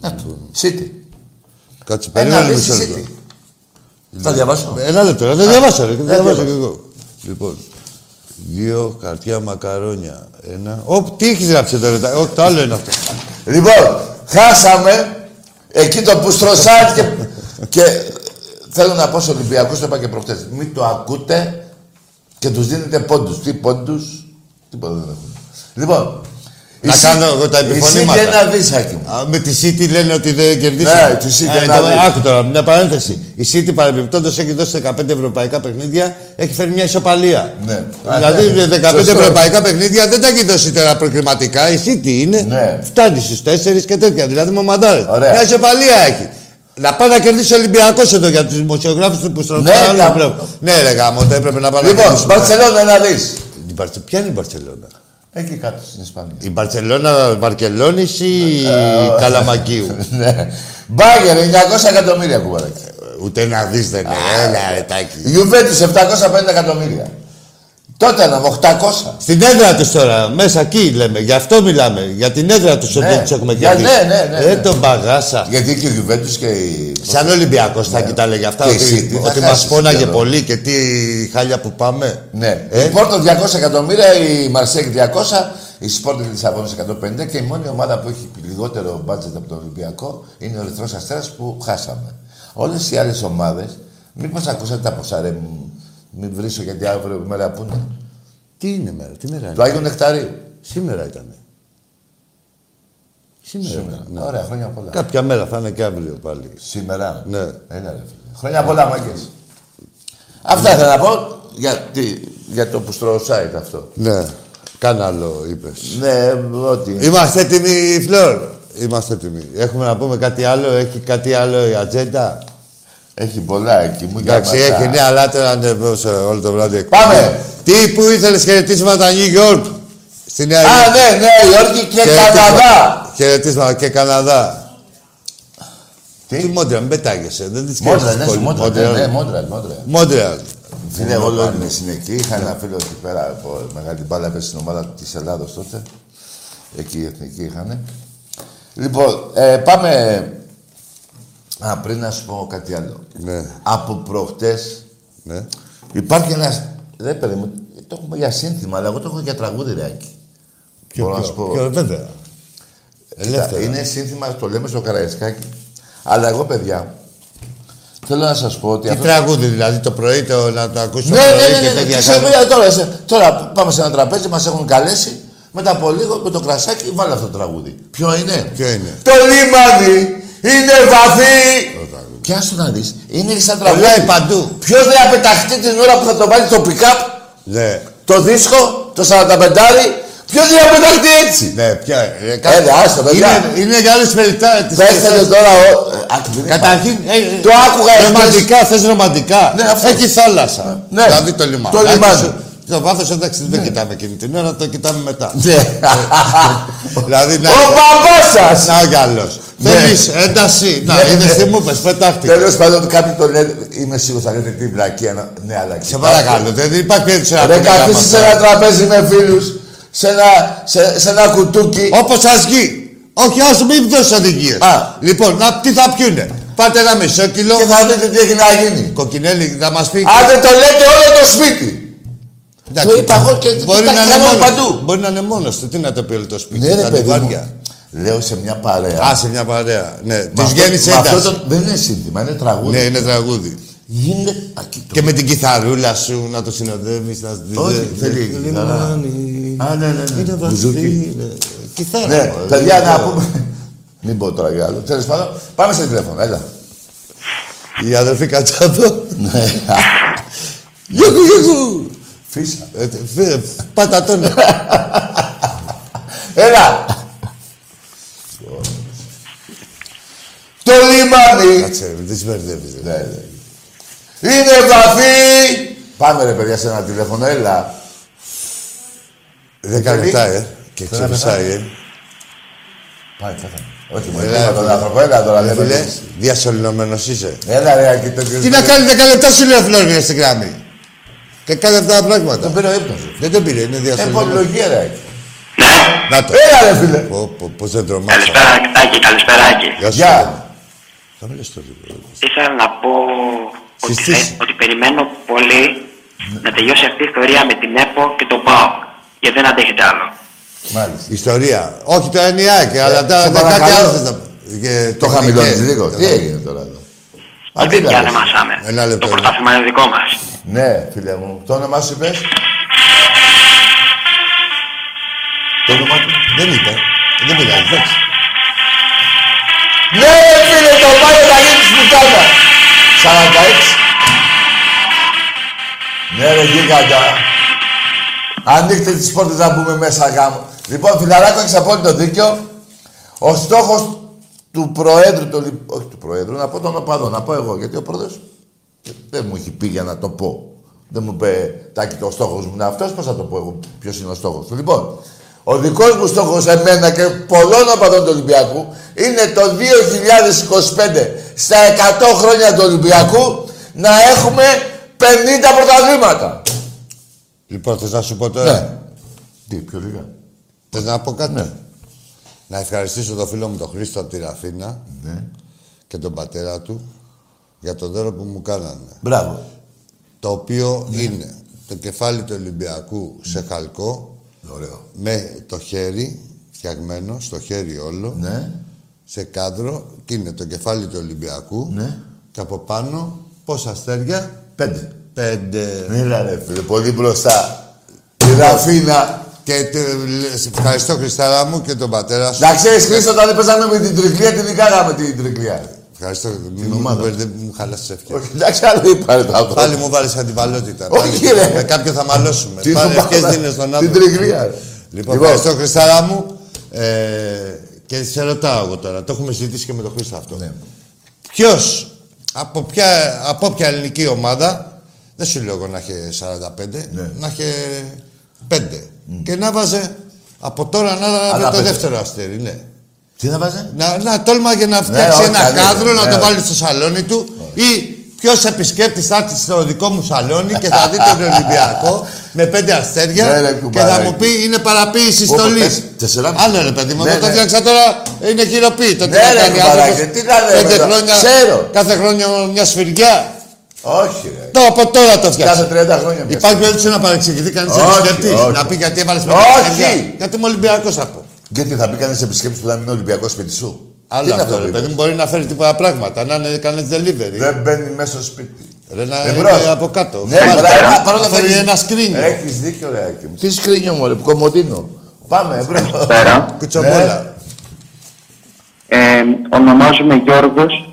Να του. Σίτι. Κάτσε, Ένα περίμενε λύση μισό λεπτό. Σίτι. Θα διαβάσω. Ένα λεπτό, ρε, δεν διαβάσα, ρε, δεν δεν διαβάσα κι διαβάζω. εγώ. Λοιπόν, δύο χαρτιά μακαρόνια. Ένα. Ωπ, τι έχεις γράψει εδώ, ρε, τα- Ωπ, το άλλο είναι αυτό. Λοιπόν, χάσαμε εκεί το που στρωσάει και, και θέλω να πω στους Ολυμπιακούς, το είπα και προχτές, μην το ακούτε και τους δίνετε πόντους. Τι πόντους, τίποτα δεν έχουν. Λοιπόν, Να κάνω εγώ τα επιφωνήματα. Εσύ και ένα δεις, Άκη μου. Α, με τη City λένε ότι δεν κερδίσει. Ναι, τη City Α, να ήταν- δει. Άκου τώρα, μια παρένθεση. Η City παρεμπιπτόντως έχει δώσει 15 ευρωπαϊκά παιχνίδια, έχει φέρει μια ισοπαλία. Ναι. Δηλαδή Α, ναι. 15 Σωστό. ευρωπαϊκά παιχνίδια δεν τα έχει δώσει τώρα προκριματικά. Η City είναι. Ναι. Φτάνει στους 4 και τέτοια. Δηλαδή μομαντάρε. Ωραία. Μια ισοπαλία έχει. Να πάει να κερδίσει ο Ολυμπιακός εδώ για τους δημοσιογράφους του που στρώνουν. Ναι, άλλο τα- βλέπω. Ναι, ρε γάμο, το έπρεπε να πάει να Λοιπόν, κερδίσουν. Μπαρτσελώνα ένα δεις. Η Μπαρσε- Ποια είναι η Μπαρσελόνα. Εκεί κάτω στην Ισπανία. Η Μπαρσελόνα Βαρκελόνης ή Καλαμακίου. Ναι. Μπάγκερ, 900 εκατομμύρια κουβαράκι. Ούτε να δεις δεν είναι. Έλα, ρε, τάκι. Γιουβέντους, 750 εκατομμύρια. Τότε να 800. Στην έδρα τους τώρα, μέσα εκεί λέμε, γι' αυτό μιλάμε. Για την έδρα τους Ναι. δεν τους έχουμε Για- κερδίσει. ναι, ναι, ναι, Δεν ναι. τον παγάσα. Γιατί και ο Γιουβέντους και η... Σαν Ολυμπιακός θα κοιτάνε για αυτά. Και εσύ τι ότι θα ότι μα χάσεις πόναγε τώρα. πολύ και τι χάλια που πάμε. Ναι. Ε? Η Πόρτο 200 εκατομμύρια, η Μαρσέκ 200, η Σπόρτο Λισαβόνα 150 και η μόνη ομάδα που έχει λιγότερο μπάτζετ από τον Ολυμπιακό είναι ο Ερυθρό Αστέρας που χάσαμε. Όλες οι άλλες ομάδες, μήπως ακούσατε τα ποσά, ρε, μ- μην βρίσω γιατί αύριο η μέρα που είναι. Τι είναι η μέρα, τι μέρα Του είναι. Άγιου Νεκταρίου. Σήμερα ήταν. Σήμερα. Σήμερα. Ναι. Ωραία, χρόνια πολλά. Κάποια μέρα θα είναι και αύριο πάλι. Σήμερα. Ναι. Έλα, ρε, φίλε. Χρόνια πολλά, μαγκέ. Αυτά ήθελα να πω για, τη- για το που στρωσάει αυτό. Ναι. Κάνε άλλο, είπες. Ναι, ότι. Είμαστε έτοιμοι, Φλόρ. Είμαστε έτοιμοι. Έχουμε να πούμε κάτι άλλο, έχει κάτι άλλο η ατζέντα. Έχει πολλά εκεί μου για Εντάξει, ματσά. έχει ναι, αλλά τώρα είναι εδώ όλο το βράδυ. Πάμε. Τι που ήθελες χαιρετίσματα New York στη Νέα Υόρκη. Α, ναι, Νέα Υόρκη και Χαιρετίσματα- Καναδά. Χαιρετίσματα και Καναδά. Τι? Τι μόντρα, μην πετάγεσαι. Δεν τη Μόντρα, ναι, Μόντρα, ναι, Μόντρα, Μόντρα. Μόντρα. Φίλε, εγώ Λόρινε είναι εκεί. Είχα ένα φίλο εκεί πέρα από μεγάλη μπάλα, έπαιζε στην ομάδα της Ελλάδος τότε. Εκεί η εθνική είχαν. Λοιπόν, ε, πάμε. Α, πριν να σου πω κάτι άλλο. Ναι, Από προχτές ναι. υπάρχει ένας. Δεν παιδί μου, το έχουμε για σύνθημα, αλλά εγώ το έχω για τραγούδι, Ρεάκι. Μπορώ να σου πω. Και βέβαια. Κοίτα, Ε, Ελεύθερα. είναι σύνθημα, το λέμε στο Καραϊσκάκι. Αλλά εγώ, παιδιά, Θέλω να σας πω ότι Τι αυτό. τραγούδι δηλαδή το πρωί το, να το ακούσει Ναι, το ναι, πρωί ναι, και ναι, ναι. τέτοια Ξέρω, καλά. μίλα τώρα, σε- τώρα πάμε σε ένα τραπέζι, μας έχουν καλέσει. Μετά από λίγο με το κρασάκι βάλε αυτό το τραγούδι. Ποιο είναι? Ποιο είναι? Το λιμάνι είναι βαθύ. Και άστο να δεις, είναι σαν Το τραγούδι. λέει παντού. Ποιος λέει να πεταχτεί την ώρα που θα το βάλει το pick-up, Ναι, το δίσκο, το 45 Ποιος λέει να πεταχτεί έτσι. ναι, πια. ε, κα- Έλα, άστο, παιδιά. Είναι, είναι για άλλες περιπτώσεις. της- Πέστε τώρα. ο- ε, α, δεν Καταρχήν, ε, Το άκουγα ε, εχθές. ρομαντικά, θες ρομαντικά. Ναι, αυτό. Έχει θάλασσα. Ναι. Δηλαδή το λιμάνι. Το λιμάνι. Το βάθος εντάξει δεν το κοιτάμε εκείνη την ώρα, το κοιτάμε μετά. Ναι. δηλαδή να, Ο παπά σα! να ο Γάλλος. Ναι. Θέλεις ένταση. Να, Ναι. είδες τι μου είπες, πετάχτηκα. Τέλος πάντων, κάποιοι το λένε. Είμαι σίγουρος θα λέτε τι βλακία. να- Ναι, αλλά Σε παρακαλώ, δεν υπάρχει περίπτωση να Ρε πούμε τα καθίσει μας. σε ένα τραπέζι με φίλους, σε ένα, σε, σε ένα κουτούκι. Όπως σας βγει. Όχι, ας μην δώσει οδηγίες. Α. Λοιπόν, να, τι θα πιούνε. Πάτε ένα μισό κιλό. Και θα δείτε τι έχει να γίνει. Κοκκινέλη, να μας πει. Αν δεν το λέτε όλο το σπίτι. Εντάξει. Το είπα εγώ και μπορεί τα να, είναι κάνω μόνος, παντού. μπορεί να είναι μόνος του. Τι να το πει όλο το σπίτι. Ναι, τα ρε παιδί λιβάρια. μου. Λέω σε μια παρέα. Α, σε μια παρέα. Ναι, τη Με αυτό- βγαίνει με αυτό ένταση. το- Δεν είναι σύνθημα, είναι τραγούδι. Ναι, είναι τραγούδι. Γίνεται ακίτο. Και με την κιθαρούλα σου να το συνοδεύεις, να ε, δεις. Όχι, θέλει η κιθάρα. ναι, Α, ναι, ναι, ναι. Είναι Μπουζούκι. βαθύ. ναι. Κιθάρα. Ναι, μωρέ, παιδιά κιθάρα. να πούμε. Μην πω τώρα για άλλο. Τέλος πάντων, πάμε σε τηλέφωνο. Έλα. Η αδερφή Κατσάδο. Ναι. Γιούκου, γιούκου. Φύσα. Ναι. Ε, τε- φε- Πάτα τον. Έλα. Το λιμάνι Κάτσε, ρε, δεν σε μπερδεύεις. ρε. Ναι, ναι. είναι βαθύ. Πάμε ρε παιδιά σε ένα τηλέφωνο, έλα. Δέκα τελεί. λεπτά, ε. Και Τώρα ξεπεσάει, ε. Πάει, θα Όχι, μου Έλα, έλα τον φίλε. άνθρωπο, έλα τώρα. Ε, δεν Φίλε, παίζεις. διασωληνωμένος είσαι. Έλα ρε, ακεί το κύριο. Τι να κάνει 10 λεπτά σου λέει ο Φλόριος στην γραμμή. Και κάνει αυτά τα πράγματα. Τον πήρε ο ύπνος. σου. Δεν τον πήρε, είναι διασωληνωμένος. Επιλογή Ε, ρε. Άκη. Ναι. Να το. Έλα ρε φίλε. Πω, πω, Πώς δεν τρομάξα. Καλησπέρα, Άκη, καλησπέρα, Άκη. Γεια σου. Γεια. Θα μιλήσεις το λίγο. Ήθελα να πω ότι, Συστήσεις. θε- ότι περιμένω πολύ Ναι. να τελειώσει αυτή η ιστορία με την ΕΠΟ και τον ΠΑΟΚ. Γιατί δεν αντέχεται άλλο. Μάλιστα. Ιστορία. Όχι το ενιάκι, αλλά σε τα, τα κάτι Ε, παρακαλώ. άλλο θες να πω. Και Το χαμηλώνεις λίγο. το E Τι χαμηλώνεις. έγινε τώρα εδώ. Και Αντί να παιδιά δεν πεις. Ε, Ένα μασάμε. λεπτό, Το ναι. πρωτάθλημα είναι δικό μας. Ναι, φίλε μου. Το όνομά σου είπες. Το όνομά του. Δεν είπε. Δεν πειράζει. εντάξει. Ναι, ρε φίλε, το πάλι θα γίνει στην κάτα. 46. Ναι, ρε γίγαντα. Ανοίχτε τις πόρτες να μπούμε μέσα γάμο. Λοιπόν, φιλαράκο, έχεις απόλυτο δίκιο. Ο στόχος του Προέδρου, του, Ολυ- όχι του Προέδρου, να πω τον οπαδό, να πω εγώ, γιατί ο Πρόεδρος δεν μου έχει πει για να το πω. Δεν μου είπε, Τάκη, το στόχος μου είναι αυτός. Πώς θα το πω εγώ, ποιος είναι ο στόχος του. Λοιπόν, ο δικός μου στόχος εμένα και πολλών οπαδών του Ολυμπιακού είναι το 2025 στα 100 χρόνια του Ολυμπιακού να έχουμε 50 πρωταθλήματα. Λοιπόν, θες να σου πω τώρα. Ναι. Τι, πιο λίγα. Θες να πω κάτι. Ναι. Να ευχαριστήσω τον φίλο μου τον Χρήστο από τη Ραφίνα Ναι. και τον πατέρα του για το δώρο που μου κάνανε. Μπράβο. Το οποίο Ναι. είναι το κεφάλι του Ολυμπιακού σε χαλκό Ωραίο. με το χέρι φτιαγμένο, στο χέρι όλο. Ναι. σε κάδρο και είναι το κεφάλι του Ολυμπιακού. Ναι. Και από πάνω πόσα αστέρια. Πέντε. Πέντε. Μίλα ρε φίλε, πολύ μπροστά. Η Ραφίνα. Και τε- λε- σε ευχαριστώ Χριστάρα μου και τον πατέρα σου. Να ξέρεις Χρήστο, όταν παίζαμε με την τρικλία, την νικάγαμε την τρικλία. Ευχαριστώ. Μην μου, ομάδα. μπερδε- μου χαλάσεις τις ευχές. Όχι, εντάξει, άλλο είπα ρε το αυτό. Πάλι μου βάλεις αντιβαλότητα. Όχι, Πάλι- ρε. Με κάποιον θα μαλώσουμε. Τι Πάλι σου ευχές πάω, δίνεις στον Την άνθρωπο. τριγλία. ρε. Λοιπόν, ευχαριστώ Χριστάρα μου. Ε, και σε ρωτάω εγώ τώρα. Το έχουμε συζητήσει και με τον Χρήστο αυτό. Ναι. Ποιος, από ποια, από ποια ελληνική ομάδα, δεν σου λέω εγώ να είχε 45, Ναι. να είχε 5. Και να βάζε από τώρα να βάζε το πέντε. δεύτερο αστέρι, ναι. Τι να βάζε. Να, να τόλμαγε να φτιάξει όχι, ένα καλή, κάδρο, να ναι, το όχι. βάλει στο σαλόνι του ή ποιος επισκέπτης θα έρθει στο δικό μου σαλόνι και θα δει τον Ολυμπιακό με πέντε Ναι, αστέρια ρε, και θα κουμπαράκι. μου πει είναι παραποίηση Όπως στολή. θες, τεσσερά. Άλλο ρε παιδί μου, Ναι, εγώ το ναι. φτιάξα τώρα είναι χειροποίητο. Τι Ναι, να ρε, κάνει κουμπαράκι, άνθρωπος, τι να λέμε πέντε τώρα. χρόνια, Ξέρω. Κάθε χρόνια μια σφυριά. Όχι, ρε. Το από τώρα το φτιάξα. Κάθε 30 χρόνια μια Υπάρχει περίπτωση να παρεξηγηθεί κανείς Όχι, επισκέπτης όχι. να πει γιατί έβαλες πέντε Όχι. αστέρια. Γιατί είμαι Ολυμπιακός θα πω. Γιατί θα μπει κανείς επισκέπτη που θα είναι Ολυμπιακός σπίτι σου. Άλλο είναι αυτό, αυτό ρε λοιπόν? που παιδί είπες? μου, μπορεί να φέρει τίποτα πράγματα. Να είναι κάνει delivery. Δεν μπαίνει μέσα στο σπίτι. Ρε, να Ε, είναι μπρος. από κάτω. Ναι, Πάρε, μπράβο. να Παρόλα Ε, τα Φέρει έχεις- ένα screen. Έχεις δίκιο, ρε Άκη μου. Τι σκρίνιο μου, ρε, που κομμωτίνο. Πάμε, Ναι. μπρο. Πέρα. Κουτσομπόλα. Ε, ονομάζομαι Γιώργος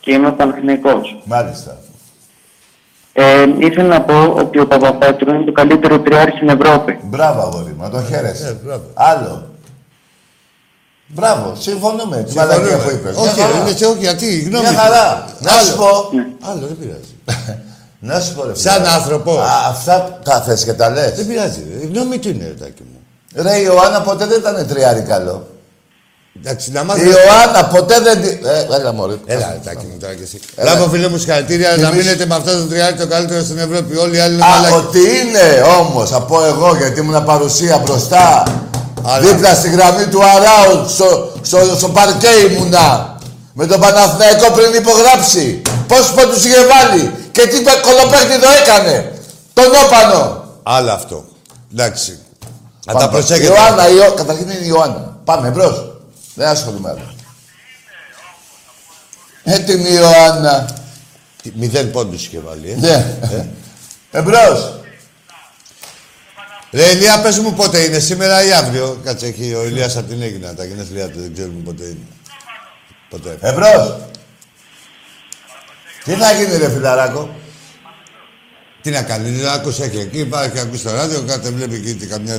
και είμαι Παναθηναϊκός. Μάλιστα. Ε, ήθελα να πω ότι ο Παπαπέτρου είναι το καλύτερο τριάρι στην Ευρώπη. Μπράβο, αγόρι μου, να το Ε, χαίρεσαι. μπράβο. Άλλο. Μπράβο, συμφωνούμε. Τι μαλακία που είπε. Όχι, είναι σε όχι, γιατί, η γνώμη. Μια του. χαρά. Να σου πω. Άλλο, δεν πειράζει. Να σου πω, ρε. Σαν φίλε. άνθρωπο. Α, Αυτά τα θες και τα λες. Δεν πειράζει. ρε. Η γνώμη του είναι, ρετάκι μου. Ρε, η Ιωάννα ποτέ δεν ήταν τριάρι καλό. Εντάξει, να Η μάθει. Ιωάννα ποτέ δεν. τη- Ε, έλα, μωρέ. Έλα, ρετάκι μου τώρα κι εσύ. Μπράβο, φίλε μου, συγχαρητήρια να Εμείς- μείνετε με αυτό το τριάρι το καλύτερο στην Ευρώπη. Όλοι οι άλλοι είναι Α, μαλάκες. ότι είναι όμως, θα πω εγώ γιατί ήμουν παρουσία μπροστά. Αλλά- Δίπλα στη γραμμή του Αράου, στο, στο, στο παρκέ ήμουνα. Με τον Παναθηναϊκό πριν υπογράψει. Πόσους πόντου είχε βάλει και τι κολοπέχνητο έκανε. Τον όπανο. Άλλο αυτό. Εντάξει. Να τα Πάμε. προσέχετε. Ιωάννα, Ιω... καταρχήν είναι η Ιωάννα. Πάμε μπρος. Δεν ασχολούμαι άλλο. Ε, την Ιωάννα. Τι- Μηδέν πόντους είχε βάλει. ε. Ναι. Ε, Εμπρός. Ρε Ηλία, πες μου πότε είναι, σήμερα ή αύριο. Κάτσε εκεί, ο Ηλίας από την Έγινα, τα γενέθλιά του, δεν ξέρουμε πότε είναι. Ποτέ. Εμπρός. Τι θα γίνει ρε φιλαράκο. Τι να κάνει, να ακούσει και εκεί, πάει και ακούσει το ράδιο, κάθε βλέπει εκεί τη καμιά, ε,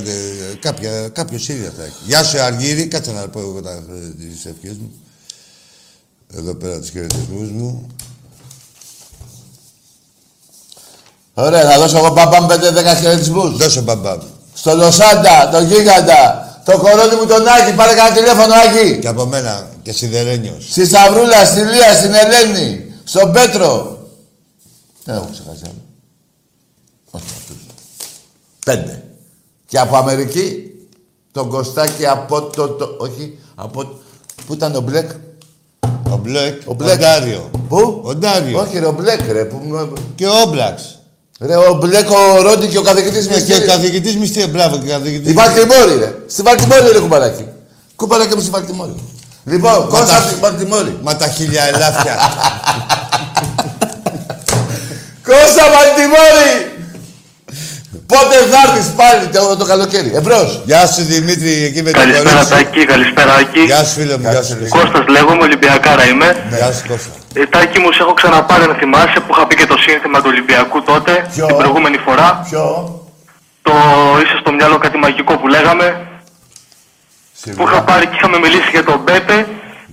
κάποια, κάποιος ίδια θα έχει. Γεια σου Αργύρη, κάτσε να πω εγώ τα, ε, τις ευχές μου. Εδώ πέρα τους χαιρετισμούς μου. Ωραία, θα δώσω εγώ μπαμπαμ 5-10 χαιρετισμούς. Δώσε μπαμπά μου. Στο Λοσάντα, το Γίγαντα, το κορώνι μου τον Άκη, πάρε κανένα τηλέφωνο Άκη. Και από μένα, και σιδερένιος. Στη Σταυρούλα, στη Λία, στην Ελένη, στον Πέτρο. Δεν έχω ξεχάσει άλλο. Όχι αυτούς. Πέντε. Και από Αμερική, τον Κωστάκη από το, το όχι, από, πού ήταν ο Μπλεκ, Ο Μπλεκ, ο ο, Μπλεκ. Ντάριο. Πού? Ο Ντάριο. Όχι ρε, ο Μπλεκ ρε, που, Και ο Όμπλαξ. ρε, ο Μπλεκ ο Ρόντι και ο καθηγητής Ε, Και, και Μεστήρης. καθηγητής μυστήρια, μπράβο και Η καθηγητής. Βαλτιμόρη, ρε. Στη Βαλτιμόρη, ρε, κουμπαράκι. Κουμπαράκι μου στη Βαλτιμόρη. Λοιπόν, Κώστα τα- από τη Βαλτιμόρη. Μα τα χίλια ελάφια. Κώστα Βαλτιμόρη! Πότε θα έρθεις πάλι το, το καλοκαίρι. Εμπρός. Γεια σου Δημήτρη, εκεί με την Καλησπέρα κορίτσι. Τάκη, καλησπέρα Άκη. Γεια σου φίλε μου, γεια σου Νίκο. Κώστας λέγομαι, Ολυμπιακάρα είμαι. Γεια σου Κώστα. Ε, Τάκη μου, σε έχω ξαναπάρει να θυμάσαι που είχα πει και το σύνθημα του Ολυμπιακού τότε, Ποιο? την προηγούμενη φορά. Ποιο. Το είσαι στο μυαλό κάτι μαγικό που λέγαμε, που είχα πάρει και είχαμε μιλήσει για τον Μπέπε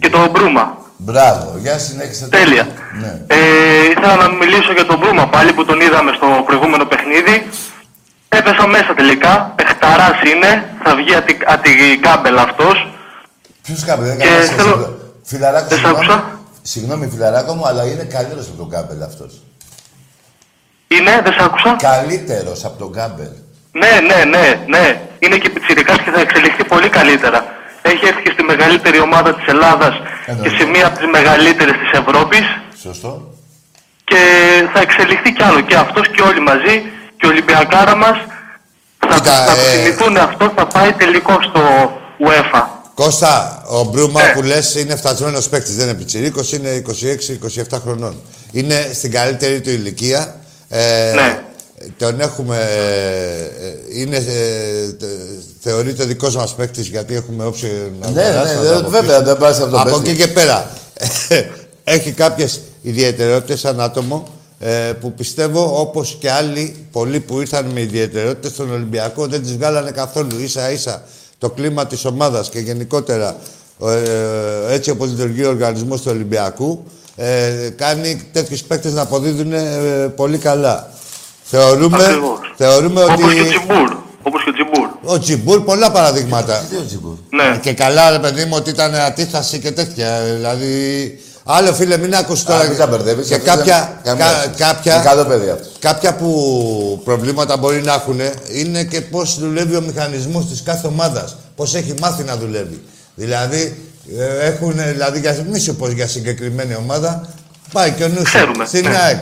και τον Μπρούμα. Μπράβο. Για συνέχισε. το. Τέλεια. Ναι. Ε, ήθελα να μιλήσω για τον Μπρούμα πάλι που τον είδαμε στο προηγούμενο παιχνίδι. Έπεσα μέσα τελικά, παιχταράς είναι, θα βγει ατι- ατυγάμπελ αυτός. Ποιος κάπελ, δεν Και κάνει σχέση. Ε, θέλω- Μπρο. Φιλαράκο, Δεν σ' συγγνώμη. άκουσα. Συγγνώμη, φιλαράκο μου, αλλά είναι καλύτερος από τον κάπελ αυτός. Είναι, δεν σ' άκουσα. Καλύτερος από τον κάπελ. Ναι, ναι, ναι, ναι. Είναι και πιτσιρικάς και θα εξελιχθεί πολύ καλύτερα. Έχει έρθει και στη μεγαλύτερη ομάδα της Ελλάδας Εννοείται. και σε μία από τις μεγαλύτερες της Ευρώπης Σωστό. και θα εξελιχθεί κι άλλο. Και αυτός και όλοι μαζί και ο Ολυμπιακάρα μας θα, Κοίτα, θα ε, θυμηθούν αυτό, θα πάει τελικό στο UEFA. Κώστα, ο Μπρούμα Ε. που λες είναι φτασμένος παίκτης, δεν είναι πιτσιρίκος, είναι 26-27 χρονών. Είναι στην καλύτερη του ηλικία. Ε, Ναι. Τον έχουμε. ε, ε, είναι, ε, τε- θεωρείται δικός μας παίκτης γιατί έχουμε όψη να Ναι, ναι, αγοράσουμε, ναι, να τα βέβαια, δεν πας από τον Από παίκτη. εκεί και πέρα. Έχει κάποιες ιδιαιτερότητες σαν άτομο ε, που πιστεύω όπως και άλλοι πολλοί που ήρθαν με ιδιαιτερότητες στον Ολυμπιακό δεν τις βγάλανε καθόλου. σα ίσα το κλίμα της ομάδας και γενικότερα ε, έτσι όπως λειτουργεί ο οργανισμός του Ολυμπιακού ε, κάνει τέτοιους παίκτες να αποδίδουν ε, πολύ καλά. Θεωρούμε, Ακριβώς. θεωρούμε ότι. Όπως και ο Τσιμπούρ. Όπως και ο Τσιμπούρ. Ο Τζιμπούρ πολλά παραδείγματα. Τι ο Τσιγκούρ. Ναι. Και καλά, ρε παιδί μου, ότι ήταν αντίσταση και τέτοια. Δηλαδή. Άλλο φίλε, μην ακούσεις τώρα. Α, μην τα μπερδεύεις. Και αυτός δεν- κάποια, καμία κα- σχέση. Είναι κάποια, καλό παιδί αυτός. κάποια που προβλήματα μπορεί να έχουν είναι και πώς δουλεύει ο μηχανισμός της κάθε ομάδας. Πώς έχει μάθει να δουλεύει. Δηλαδή, ε, έχουν, δηλαδή για, μη σου πω για συγκεκριμένη ομάδα, πάει και ο νους σου. Ξέρουμε, Στην ναι. ΑΕΚ.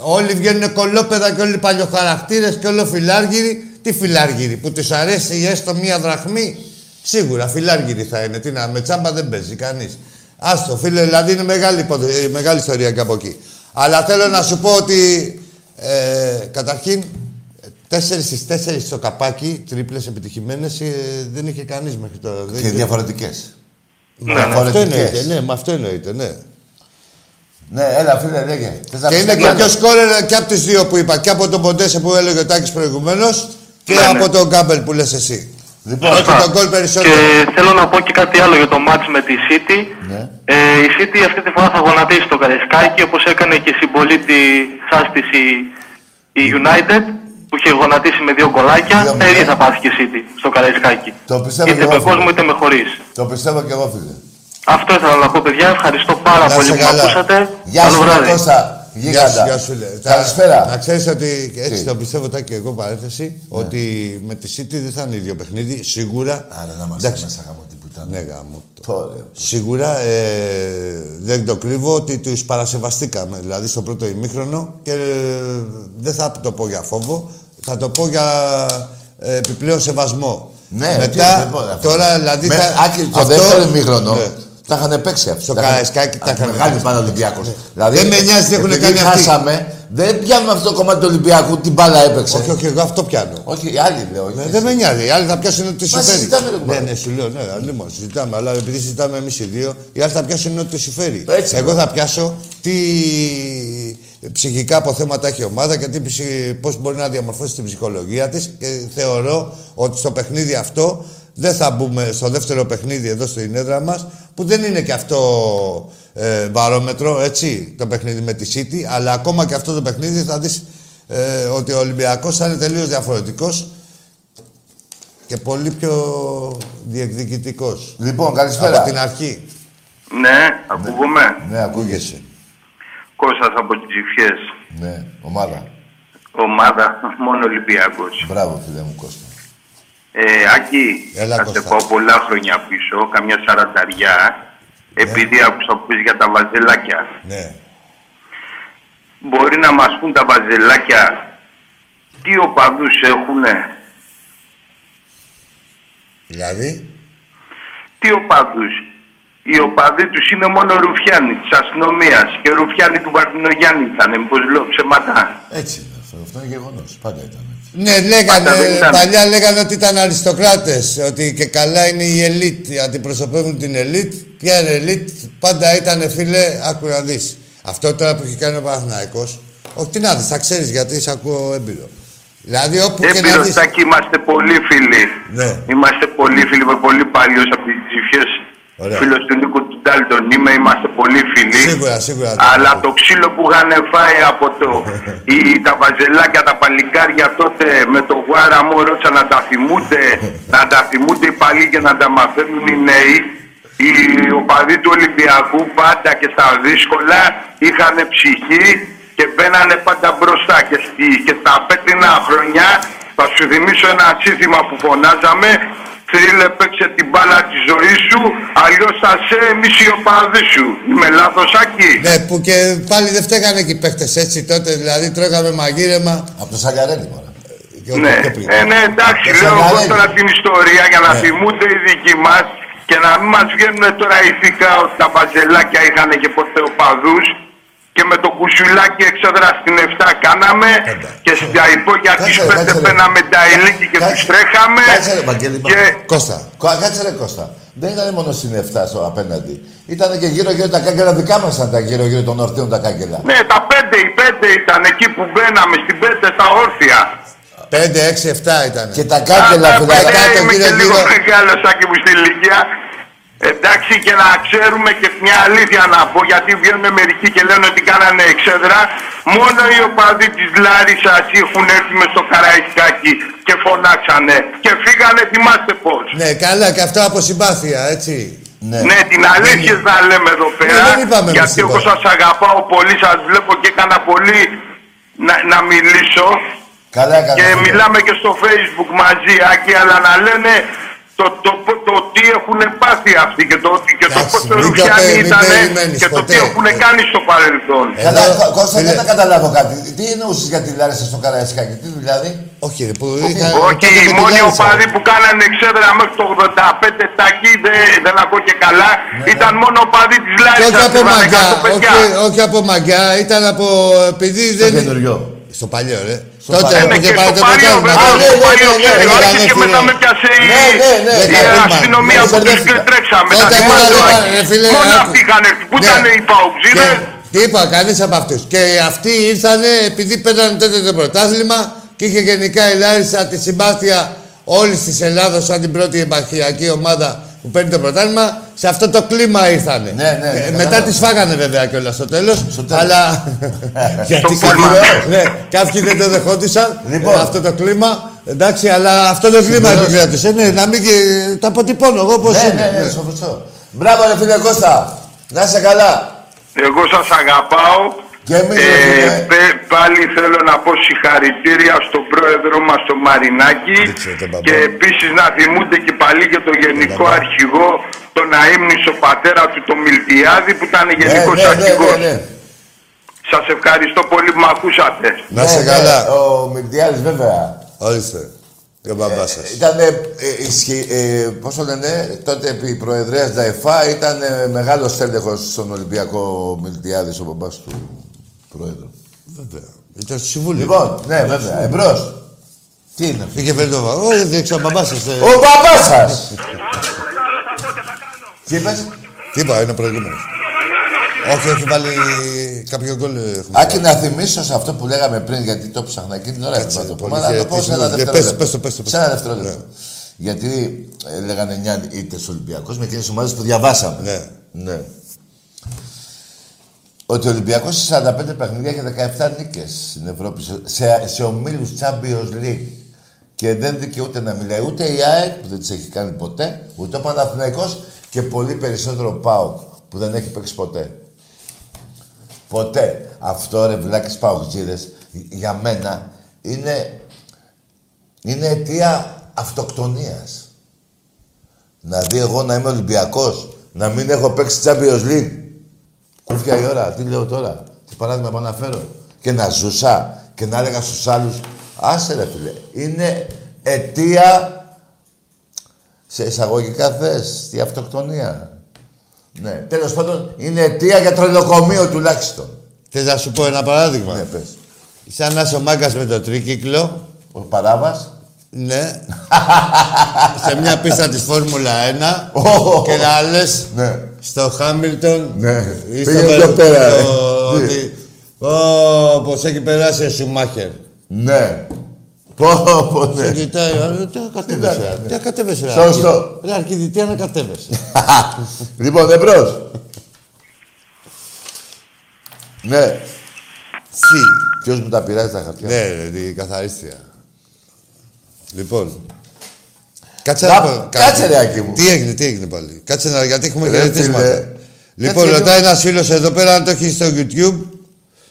Όλοι βγαίνουν κολόπεδα και όλοι παλιοχαρακτήρες και όλο φιλάργυροι. Τι φιλάργυροι, που του αρέσει έστω μία δραχμή. Σίγουρα φιλάργυροι θα είναι. Τι να, με τσάμπα δεν παίζει κανείς. Άστο, φίλε, δηλαδή είναι μεγάλη, υποθε- ε, μεγάλη ιστορία και από εκεί. Αλλά θέλω να σου πω ότι ε, καταρχήν 4 στι 4 στο καπάκι, τρίπλες επιτυχημένες, δεν είχε κανείς μέχρι τώρα. Δεν Και είχε- διαφορετικές. Ναι, ναι, αυτό διαφορετικές. εννοείται, ναι, με αυτό εννοείται, ναι. Ναι, έλα φίλε, λέγε. Θες να Και πεις είναι και τίποτα. πιο σκόρερ και από τις δύο που είπα. Και από τον Ποντέσε που έλεγε ο Τάκης προηγουμένως και Ναι, ναι. από τον Γκάμπελ που λες εσύ. Λοιπόν, Όχι, Σωστά. τον γκολ περισσότερο. Και θέλω να πω και κάτι άλλο για το match με τη City. Ναι. Ε, η City αυτή τη φορά θα γονατίσει το Καρεσκάκι όπως έκανε και συμπολίτη σας της η, η United που είχε γονατίσει με δύο γκολάκια. Δύο Τα ίδια μηδέν. θα πάθει και η City στο Καρεσκάκι. Το πιστεύω και είτε με εγώ, κόσμο φίλε. είτε με χωρίς. Το πιστεύω και εγώ φίλε. Αυτό ήθελα να πω παιδιά. Ευχαριστώ πάρα Να πολύ είσαι που με καλά. ακούσατε. Γεια Καλό σου βράδυ. Κώστα. Ναι. Γεια σου, Γίγαντα. γεια σου, λέω. Καλησπέρα. Να ξέρεις ότι έτσι Τι? Ναι. το πιστεύω τα και εγώ παρέθεση ότι με τη City δεν θα είναι ίδιο παιχνίδι, σίγουρα. Άρα να μας Εντάξει. μέσα γάμο την πουτάνα. Ναι, γάμο. το. Τώρα. Σίγουρα ε, δεν το κρύβω ότι τους παρασεβαστήκαμε. Δηλαδή στο πρώτο ημίχρονο και ε, δεν θα το πω για φόβο, θα το πω για ε, επιπλέον σεβασμό. Ναι, τι, μετά δεν μπορώ να τώρα φανταστώ. δηλαδή. Με- θα- Άκη, το αυτό- δεύτερο μήχρονο Ναι. τα είχαν παίξει αυτοί. Στο Τα είχαν- Καραϊσκάκι τα Α, είχαν Μεγάλη παίξει. Ναι. μπάλα Ολυμπιακό. Δηλαδή, Δεν με νοιάζει τι έχουν επειδή κάνει αυτοί. Χάσαμε, δεν πιάνουμε αυτό το κομμάτι του Ολυμπιακού, την μπάλα έπαιξε. Όχι, όχι, εγώ αυτό πιάνω. Όχι, οι άλλοι λέω. όχι Ναι, εσύ. δεν με νοιάζει. Οι άλλοι θα πιάσουν ό,τι σου φέρει. συζητάμε, ρε, Ναι, κουμπάρε. ναι, σου λέω, ναι, αλλήμον, συζητάμε. Αλλά επειδή συζητάμε εμείς οι δύο, οι άλλοι θα πιάσουν ό,τι σου φέρει. Έτσι, Εγώ θα πιάσω τι ψυχικά αποθέματα έχει η ομάδα και πώς μπορεί να διαμορφώσει την ψυχολογία της. Και θεωρώ ότι στο παιχνίδι αυτό δεν θα μπούμε στο δεύτερο παιχνίδι εδώ στην έδρα μας, που δεν είναι και αυτό ε, βαρόμετρο, έτσι, το παιχνίδι με τη City, αλλά ακόμα και αυτό το παιχνίδι θα δεις ε, ότι ο Ολυμπιακός θα είναι τελείως διαφορετικός και πολύ πιο διεκδικητικός. Λοιπόν, Από καλησπέρα. την αρχή. Ναι, ακούγομαι. Ναι, ακούγεσαι. Κώστας από τις ψυχές. Ναι, ομάδα. Ομάδα, μόνο Ολυμπιακός. Μπράβο, φίλε μου Κώστα. Ε, Άκη, Έλα, θα σε Κώστα. πάω πολλά χρόνια πίσω, καμιά σαρανταριά, επειδή άκουσα που πεις για τα βαζελάκια. Ναι. Μπορεί να μας πούν τα βαζελάκια τι οπαδούς έχουνε, Δηλαδή. τι οπαδούς. Οι οπαδοί τους είναι μόνο ρουφιάνοι της αστυνομίας και ρουφιάνοι του Βαρδινογιάννη ήταν, μήπως λέω ψέματα. Έτσι είναι αυτό. Αυτό είναι γεγονός. Πάντα ήταν έτσι. Ναι, Πάντα δεν λέγανε, ήταν. παλιά λέγανε ότι ήταν αριστοκράτες, ότι και καλά είναι η ελίτ, αντιπροσωπεύουν την ελίτ. Ποια είναι ελίτ, πάντα ήταν φίλε, άκου να δεις. Αυτό τώρα που έχει κάνει ο Παναθηναϊκός, όχι τι να δεις, θα ξέρεις γιατί σε ακούω έμπειρο. Δηλαδή όπου και να Έμπειρος δεις. Στάκη, είμαστε πολύ φίλοι. Ναι. Είμαστε πολύ φίλοι, είμαι πολύ παλιός από τις ψηφιές. Ωραία. Φίλος του Νίκο του Ντάλτον είμαι, είμαστε πολύ φίλοι. Σίγουρα, σίγουρα. Αλλά το ξύλο που είχαν φάει από το, η, τα βαζελάκια, τα παλικάρια τότε με το γουάρα μου ρώτησα να τα θυμούνται, να τα θυμούνται οι παλιοί και να τα μαθαίνουν οι νέοι. Οι οπαδοί του Ολυμπιακού πάντα και στα δύσκολα είχαν ψυχή και μπαίνανε πάντα μπροστά και, στη, και στα πέτρινα χρονιά θα σου θυμίσω ένα σύνθημα που φωνάζαμε Θρύλε παίξε την μπάλα της ζωής σου αλλιώς θα σε εμείς οι οπαδοί σου Είμαι λάθος Άκη Ναι, που και πάλι δεν φταίγανε και οι παίχτες έτσι τότε, δηλαδή τρώγαμε μαγείρεμα. Από το Σαγκαρέλη μωρά. και ό,τι Ναι, πιο πριν. ε, ναι, εντάξει, Και λέω εγώ σοβαρά τώρα είναι. την ιστορία για να Ε. θυμούνται οι δικοί μας και να μην μας βγαίνουν τώρα ηθικά ότι τα μπαζελάκια είχαν και ποτέ οπαδούς. Και με το κουσουλάκι εξέδρα στην 7 κάναμε και στα υπόγεια τη Κάτσε, 5 κάτσε, παίρναμε τα ελίκη και Κάτσε, τους τρέχαμε. Ε, κάτσε, ρε, Βαγγέλη, και μα. Κώστα, Κο- Κάτσε ρε Κώστα. Δεν ήταν μόνο στην 7 στο απέναντι. Ήταν και γύρω-γύρω τα κάγκελα δικά μας ήταν τα γύρω-γύρω των ορθίων τα κάγκελα. ναι, τα 5 οι 5 ήταν εκεί που μπαίναμε στην 5 στα όρθια. 5, 6, 7 ήταν. Και τα Α, κάγκελα τα φυλακά παιδιά, το Είμαι και γύρω λίγο γύρω. μεγάλος σάκι μου στην ηλικία. Εντάξει και να ξέρουμε και μια αλήθεια να πω γιατί βγαίνουν μερικοί και λένε ότι κάνανε εξέδρα μόνο οι οπαδοί της Λάρισας έχουν έρθει μες στο Καραϊσκάκι και φωνάξανε και φύγανε θυμάστε πως. Ναι, καλά, και αυτό από συμπάθεια, έτσι. Ναι. Ναι, την αλήθεια να λέμε εδώ πέρα. δεν είπαμε εμείς γιατί εγώ τίποτα. σας αγαπάω πολύ, σας βλέπω και έκανα πολύ να, να μιλήσω. Καλά έκανα. ναι. Και μιλάμε και στο facebook μαζί, Άκη, αλλά να λένε το, το, το, το τι έχουν πάθει αυτοί και το, και το Εντάξει, πόσο μην το ρουφιάνοι πε- μην ήταν περιμένεις και το τι ποτέ. έχουν Ε. κάνει στο παρελθόν. Εδώ, Καλά, Κώστα, φίλε. δεν τα καταλάβω κάτι. Τι εννοούσες για τη Λάρισα στο Καραϊσκάκι, τι δηλαδή. Όχι, ρε, που είχα... Ε, τότε ε. Όχι, με οι την μόνοι Λάρισα. οπαδοί που κάνανε εξέδρα μέχρι το 85 τακί δεν, δεν ακούω και καλά. Ήταν μόνο οπαδοί της Και Λάρισας. όχι Ναι, από θυμάμαι, μαγκά, κάτω παιδιά. όχι, όχι από μαγκά, ήταν από... επειδή Στο δεν... καινούριο. Στο παλιό, ρε. παλιό. Τότε Ναι, που και είχε πάρει στο το παλιό, πρωτάθλημα. βέβαια, τότε- ναι, στο παλιό ναι, ναι, χέρι, ναι, όχι, ναι, και ναι, μετά ναι. με πιάσε η- Ναι, ναι, ναι, η ναι, αστυνομία ναι, που τους μπερδεύτηκα. Ναι, τρέξαμε. τα Τότε θυμάμαι, εγώ όχι. δεν είχα, ρε ναι, φίλε, Μόνος άκου. αυτοί είχαν έρθει. Πού Ναι. ήταν οι παοξίδες. Και- Τίποτα, κανείς από αυτούς. Και αυτοί ήρθανε επειδή παίρνανε τότε το πρωτάθλημα και είχε γενικά η Λάρισα τη συμπάθεια όλης της Ελλάδα σαν την πρώτη επαρχιακή ομάδα που παίρνει το πρωτάθλημα. Σε αυτό το κλίμα ήρθανε. Ναι, ναι, Ε, κατάλαβα. μετά τις φάγανε βέβαια κιόλας στο τέλος. τέλος. Αλλά. Γιατί Στο φόρμα. κάποιοι- ναι, κάποιοι δεν το δεχόντουσαν. Λοιπόν. ε, αυτό το κλίμα. Εντάξει, αλλά αυτό το κλίμα το κράτησε. Ναι, να μην. και- Το αποτυπώνω εγώ πώς Ναι, ναι, ναι, είναι. σωστό. Μπράβο, ρε φίλε Κώστα. Να είσαι καλά. Εγώ σας αγαπάω. Και εμείς, Ε, ρε φίλε. πε- πάλι θέλω να πω συγχαρητήρια στον πρόεδρο μας τον Μαρινάκη Δεν ξέρω τον μπαμπά. και επίσης να θυμούνται και πάλι και τον γενικό μπαμπά. αρχηγό τον αείμνησο πατέρας του τον Μιλτιάδη που ήταν Ναι, γενικός ναι, ναι, αρχηγός. ναι, ναι. Σας ευχαριστώ πολύ που με ακούσατε. Να Ναι, σε ναι, καλά. Ο Μιλτιάδης βέβαια. Ορίστε. Και ο μπαμπά σας. Ήταν, ε, ισχυ- ε, πώς το λένε, τότε επί Προεδρέας ΔΑΕΦΑ ήταν ε, μεγάλος στέλεχος στον Ολυμπιακό ο Μιλτιάδης, ο μπαμπάς του Πρόεδρου. Βέβαια. Ήταν στο συμβούλιο. Λοιπόν, ναι βέβαια, εμπρός. Τι είναι αυτό. Είχε φέρει το βαγό, δεν δείξα μπαμπά σας. ε. Ο μπαμπάς σας. Τι είπες. Τι είπα, είναι προηγούμενος. Όχι, έχει βάλει κάποιο γκολ. έχουμε. Άκη να θυμίσως σε αυτό που λέγαμε πριν, γιατί το ψάχνα εκείνη την ώρα Κάτσε, έπρεπε να το πολύ πούμε, αλλά να το πω σε ένα χαιρετισμός. Ε, πες το, πες το, δευτερόλεπτο. πες το, πες Σε ένα το. δευτερόλεπτο. Ναι. Γιατί ε, λέγανε 9 ήττε Ολυμπιακός με εκείνες τις ομάδες που διαβάσαμε. Ναι. Ναι. Ότι ο Ολυμπιακός σε 45 παιχνίδια έχει 17 νίκες στην Ευρώπη, σε, σε, σε ομίλους Champions League. Και δεν δικαιούται να μιλάει ούτε η ΑΕΚ που δεν τις έχει κάνει ποτέ, ούτε ο Παναθηναϊκός και πολύ περισσότερο ο ΠΑΟΚ που δεν έχει παίξει ποτέ. Ποτέ. Αυτό ρε βλάκες παουτζίδες για μένα είναι, είναι αιτία αυτοκτονίας. Να δει Δηλαδή, εγώ να είμαι Ολυμπιακός, να μην έχω παίξει Champions League. Κούφια η ώρα, τι λέω τώρα, τι παράδειγμα που αναφέρω. Και να ζούσα και να έλεγα στους άλλους, άσε ρε φίλε, είναι αιτία σε εισαγωγικά θες, τη αυτοκτονία. Ναι, τέλος πάντων είναι αιτία για τρελοκομείο τουλάχιστον. Θες να σου πω ένα παράδειγμα. Ναι, πες. Σαν να είσαι ο μάγκας με το τρίκυκλο, Ο Παράβας. ναι, σε μια πίστα της Φόρμουλα 1 και να λες Ναι. στο Χάμιλτον Ναι. ή Πήγε στο πιο Βε- πέρα, το- ε. Ναι. Ότι πώ έχει περάσει ο Σουμάχερ. Ναι. Πω, πω, ναι. Και κοιτάει, «Α, τι Ναι, ακατέβεσαι, ναι. τι ακατέβεσαι. ρε, Σωστό. Αρκίδη». Ρε Αρκίδη, τι ανακατέβεσαι. Λοιπόν, εμπρός. Ναι. Σι. Ποιος μου τα πειράζει τα χαρτιά. Ναι, ρε, την καθαρίστρια. Λοιπόν. Κάτσε Να- να πω. κάτσε, ρε, Άκη μου. Τι έγινε, τι έγινε πάλι. Κάτσε να γιατί έχουμε Ρε, χαιρετίσματα. φίλε. Λοιπόν, Κάτσε, ρωτάει ένας φίλος εδώ πέρα αν το έχει στο YouTube.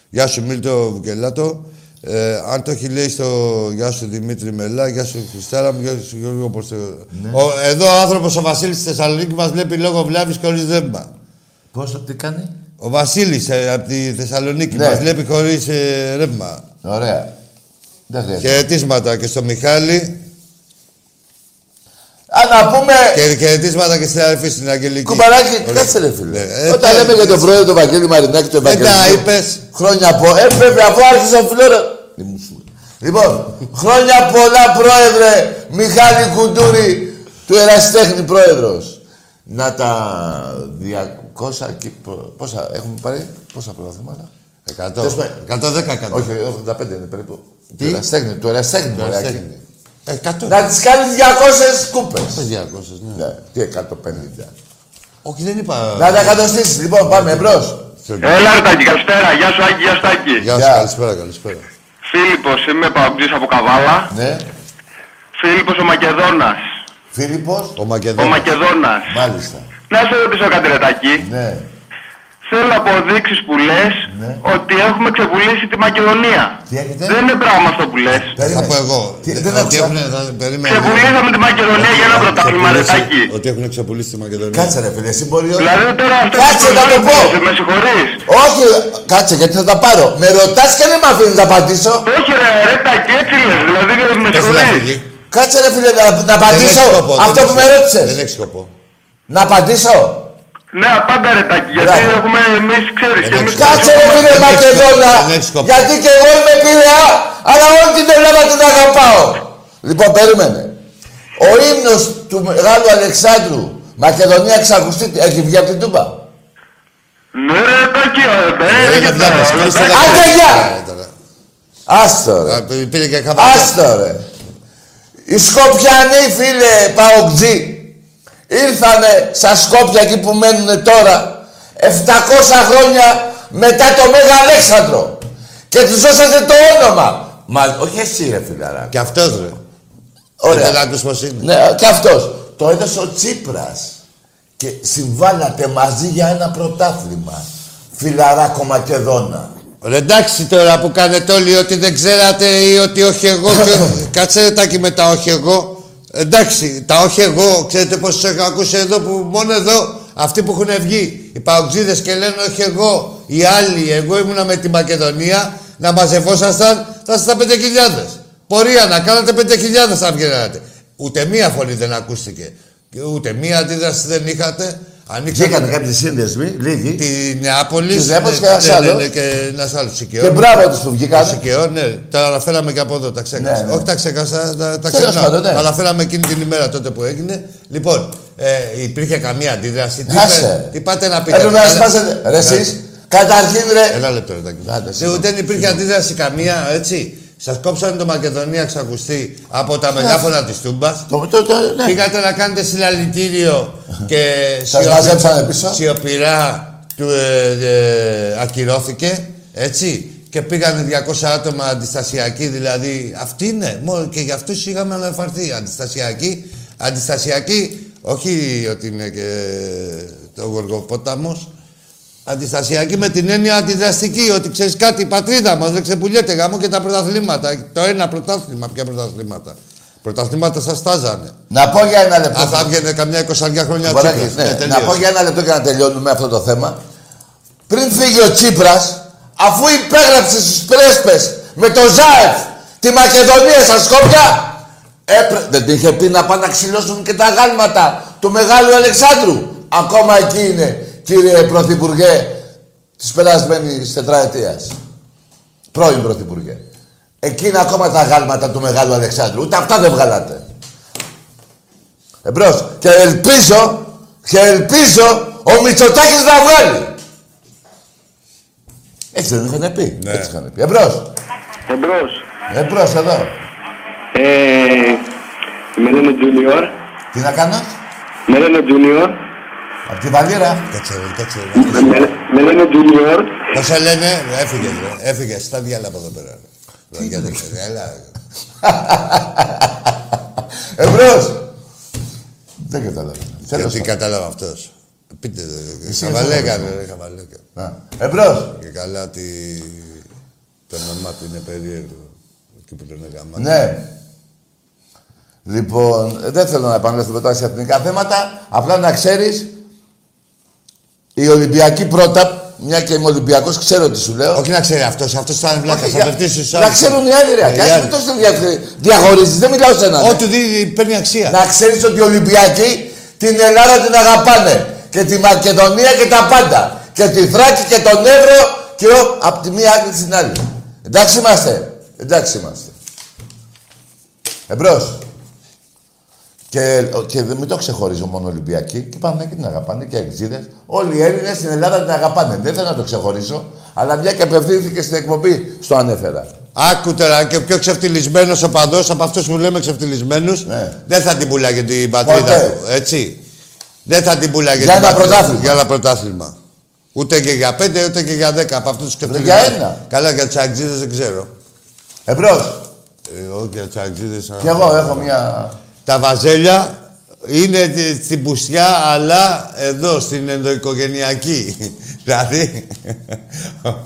Γεια σου, Μίλτο Βουκελάτο. Ε, αν το έχει λέει στο Γεια σου Δημήτρη Μελά, Γεια σου Χριστάρα μου, Γεια σου Γιώργο Πορστέο. Ο- Εδώ ο άνθρωπος ο Βασίλης της Θεσσαλονίκης μας βλέπει λόγω βλάβη και χωρίς δέμπα. Πόσο τι κάνει. Ο Βασίλης από τη Θεσσαλονίκη Ναι. μας μα βλέπει χωρίς ρεύμα. Ωραία. Δεν χρειάζεται. Χαιρετίσματα και στο Μιχάλη Α, να πούμε... και χαιρετίσματα και στην αδερφή στην Αγγελική. Κουμπαράκι, Ωραία. κάτσε ρε Ναι, ε, φίλε. Όταν τι- λέμε για τον πρόεδρο του Βαγγέλη Μαρινάκη, το Δεν τα Ευαγγελισμό... είπες. Χρόνια πολλά. Ε, βέβαια, αφού άρχισε ο φιλόρο. Μη μου σου. Λοιπόν, χρόνια πολλά πρόεδρε Μιχάλη Κουντούρη του Εραστέχνη πρόεδρος. Να τα 200 και προ- πόσα έχουμε πάρει, πόσα πρωταθλήματα. 100. Τέλος πάντων. 110 εκατό. Όχι, 85 είναι περίπου. Τι? Του Εραστέχνη, του Εραστέχνη. μωρέ, Άκη. 100. Να τις κάνεις 200 κούπες. 200, ναι. Ε, Ναι, τι 150. Όχι, δεν είπα. Να τα εκατοστήσεις, λοιπόν, πάμε εμπρός. Έλα, Αρτάκη, καλησπέρα. Γεια σου, Άκη, γεια σου, Άκη. Γεια Ναι. Γεια. σου, καλησπέρα, καλησπέρα. Φίλιππος, είμαι παγκής από Καβάλα. Ναι, Φίλιππος ο Μακεδόνας. Φίλιππος, Ο Ο Ε. Μακεδόνας. Μακεδόνας. μάλιστα. Να σε ρωτήσω κάτι, Ρετάκι. Ναι. Θέλω αποδείξεις που λες Ναι. ότι έχουμε ξεβουλήσει τη Μακεδονία. Τι έχετε? Ναι, Δεν είναι πράγμα αυτό που λες. Θα πω εγώ. Τι- Ε, δεν ότι άκουσα. έχουνε- θα- περίμενε. Ξεβουλήσαμε τη Μακεδονία για ένα πρωτάθλημα, ρε Ξεπουλήσει- Τάκη. Ότι έχουν ξεπουλήσει τη Μακεδονία. Κάτσε ρε φίλε, εσύ μπορεί... Δηλαδή τώρα αυτό Κάτσε, που να το πω. με συγχωρείς. Όχι, κάτσε γιατί θα τα πάρω. Με ρωτάς και δεν με αφήνεις να απαντήσω. Όχι ρε, ρε Τάκη, έτσι λες. Δηλαδή ε, με Δεν σου λέω συγχωρείς. φυγή. Κάτσε ρε φίλε να, να Δεν έχει απαντήσω σκοπό, δεν αυτό έχει που με σκοπό. ρώτησες. Δεν έχει σκοπό. Να απαντήσω. Ναι, πάντα ρε Τάκη, γιατί Μπράβο. έχουμε εμείς, ξέρεις, και εμείς... Εντάξει. Κάτσε ρε φίλε Δεν έχεις Μακεδόνα, σκοπό, δεν έχεις σκοπό. γιατί και εγώ είμαι πειραιά, αλλά όλη την Ελλάδα την αγαπάω. Λοιπόν, περίμενε. Ο ύμνος του Μεγάλου Αλεξάνδρου, Μακεδονία εξακουστεί, έχει βγει από την Τούμπα. Ναι ρε Τάκη, Δεν ρε, καταλάβεις, κλείστε τα Άντε, πόδια γεια. Ε, τώρα. Άστο ρε, Α, πή- Πήρε και κάπου. άστο ρε. Οι Σκοπιανοί φίλε Παοκτζή, ήρθανε στα Σκόπια εκεί που μένουν τώρα, 700 χρόνια μετά το Μέγα Αλέξανδρο. Και τους δώσατε το όνομα. Μα, όχι εσύ ρε φιλαράκι. Και αυτός ρε. Ωραία. Δεν ακούς πώς είναι. Ναι, και αυτός. Το έδωσε ο Τσίπρας Και συμβάλατε μαζί για ένα πρωτάθλημα. Φιλαράκο Μακεδόνα. Ρε εντάξει τώρα που κάνετε όλοι ότι δεν ξέρατε ή ότι όχι εγώ. και- Κάτσε ρε τάκι με τα όχι εγώ. Εντάξει, τα όχι εγώ, ξέρετε πόσους έχω ακούσει εδώ που μόνο εδώ αυτοί που έχουν βγει. Οι παοξίδες και λένε όχι εγώ. Οι άλλοι, εγώ ήμουνα με τη Μακεδονία να μαζευόσασταν, θα στα 5.000. Πορεία να κάνατε 5.000 θα βγαίνατε. Ούτε μία φωνή δεν ακούστηκε. Και Ούτε μία αντίδραση δεν είχατε. Βγήκαν Ανοίξατε κάποιοι σύνδεσμοι, λίγοι. τη Νεάπολη. Της Νεάπολης και ένας άλλος. ναι, Και ένας άλλος Και μπράβο τους που βγήκαν. Σικαιό, ναι. Τα αναφέραμε και από εδώ, τα ξέχασα. Ναι, ναι. Όχι τα ξέχασα, τα, τα Τέλος ξεχνάω. πάντων, ναι. Τα αναφέραμε εκείνη την ημέρα τότε που έγινε. Λοιπόν, ε, υπήρχε καμία αντίδραση. Τι, Άσε. είπε- τι πάτε να πείτε. Θέλω να Καλά. σπάσετε. Ρε εσείς, καταρχήν ρε. Ένα λεπτό, ρε, Να, ναι, Τάκη. συγγνώμη. Δεν υπήρχε αντίδραση καμία, έτσι. Σας κόψανε το Μακεδονία ξακουστή από τα μεγάφωνα της Τούμπας. Το, το, το, ναι. Πήγατε να κάνετε συλλαλητήριο και Σας σιωπη- μαζέψανε πίσω. σιωπηρά του, ε, ε, ακυρώθηκε, έτσι. Και πήγαν 200 άτομα αντιστασιακοί, δηλαδή αυτοί είναι. Μόνο και για αυτούς είχαμε αναφερθεί. Αντιστασιακοί, αντιστασιακοί, όχι ότι είναι και ε, το Γοργοπόταμος, Αντιστασιακή με την έννοια αντιδραστική, ότι ξέρεις κάτι, η πατρίδα μας δεν ξεπουλιέται γάμο και τα πρωταθλήματα. Το ένα πρωτάθλημα, ποια πρωταθλήματα. Πρωταθλήματα σας τάζανε. Να πω για ένα λεπτό. Αν θα έβγαινε καμιά 20 χρόνια Βαράκη, τσίπρας. ναι. Ναι, τελείως. να πω για ένα λεπτό και να τελειώνουμε αυτό το θέμα. Πριν φύγει ο Τσίπρας, αφού υπέγραψε στους πρέσπες με το ΖΑΕΦ τη Μακεδονία στα Σκόπια, έπρε... δεν την είχε πει να πάνε να ξυλώσουν και τα γάλματα του Μεγάλου Αλεξάνδρου. Ακόμα εκεί είναι, κύριε Πρωθυπουργέ, της περασμένης τετραετίας. Πρώην Πρωθυπουργέ. Εκεί είναι ακόμα τα γάλματα του Μεγάλου Αλεξάνδρου. Ούτε αυτά δεν βγάλατε. Εμπρός. Και ελπίζω, και ελπίζω ο Μητσοτάκης να βγάλει. Έτσι δεν είχαν πει. Ναι. Έτσι είχαν πει. Εμπρός. Εμπρός. Εμπρός εδώ. Ε, με λένε Junior. Τι να κάνω. Με λένε Junior. Απ' τη βαλίρα. Κάτσε, ρε, κάτσε. ρε. Με, με λένε Junior. Πώς σε λένε, έφυγες, έφυγες. Τα διάλα από εδώ πέρα. Τι Έλα. Εμπρός. Δεν καταλαβαίνω. Τέλος Γιατί πάντων. κατάλαβα αυτός. Πείτε, ρε, Εσύ δεν χαβαλέκα, ρε, χαβαλέκα. Να. Εμπρός. Και καλά τι... Το όνομά του είναι περίεργο. Εκεί που τον έκανα. Ναι. Λοιπόν, ε, δεν θέλω να επανέλθουμε τώρα σε εθνικά θέματα. Απλά να ξέρεις, η Ολυμπιακή πρώτα, μια και είμαι Ολυμπιακός, ξέρω τι σου λέω. Όχι να ξέρει αυτός, αυτός ήταν βλάκα. Για- Θα πεφτήσει Να ξέρουν οι άλλοι, ρε. Ε, οι Κι ας άλλοι. μην τόσο δια- διαχωρίζεις, δεν μιλάω σε έναν. Ό,τι δίνει παίρνει αξία. Να ξέρεις ότι οι Ολυμπιακοί την Ελλάδα την αγαπάνε. Και τη Μακεδονία και τα πάντα. Και τη Θράκη και τον Εύρο και ο... από τη μία άκρη στην άλλη. Εντάξει είμαστε. Εντάξει είμαστε. Εμπρός. Και, και δεν- μην το ξεχωρίζω μόνο Ολυμπιακοί. Και πάμε και την αγαπάνε και εξήδε. Όλοι οι Έλληνες στην Ελλάδα την αγαπάνε. Δεν θέλω να το ξεχωρίσω. Αλλά μια και απευθύνθηκε στην εκπομπή, στο ανέφερα. Άκου τώρα και ο πιο ξεφτυλισμένος οπαδό από αυτούς που λέμε ξεφτυλισμένους Ναι. δεν θα την πουλάγε την πατρίδα Ποτέ. του. Έτσι. Δεν θα την πουλάγε Για την ένα πατρίδα πρωτάθλημα. του, Για ένα πρωτάθλημα. Ούτε και για πέντε ούτε και για δέκα από αυτούς τους ξεφτυλισμένους. για ένα. Καλά, για τους αγγλίδες δεν ξέρω. Εμπρός. Ε, όχι, για τους αγγλίδες. Κι εγώ ε. έχω μια. Τα βαζέλια είναι τη- στην πουστιά, αλλά εδώ, στην ενδοοικογενειακή. Δηλαδή,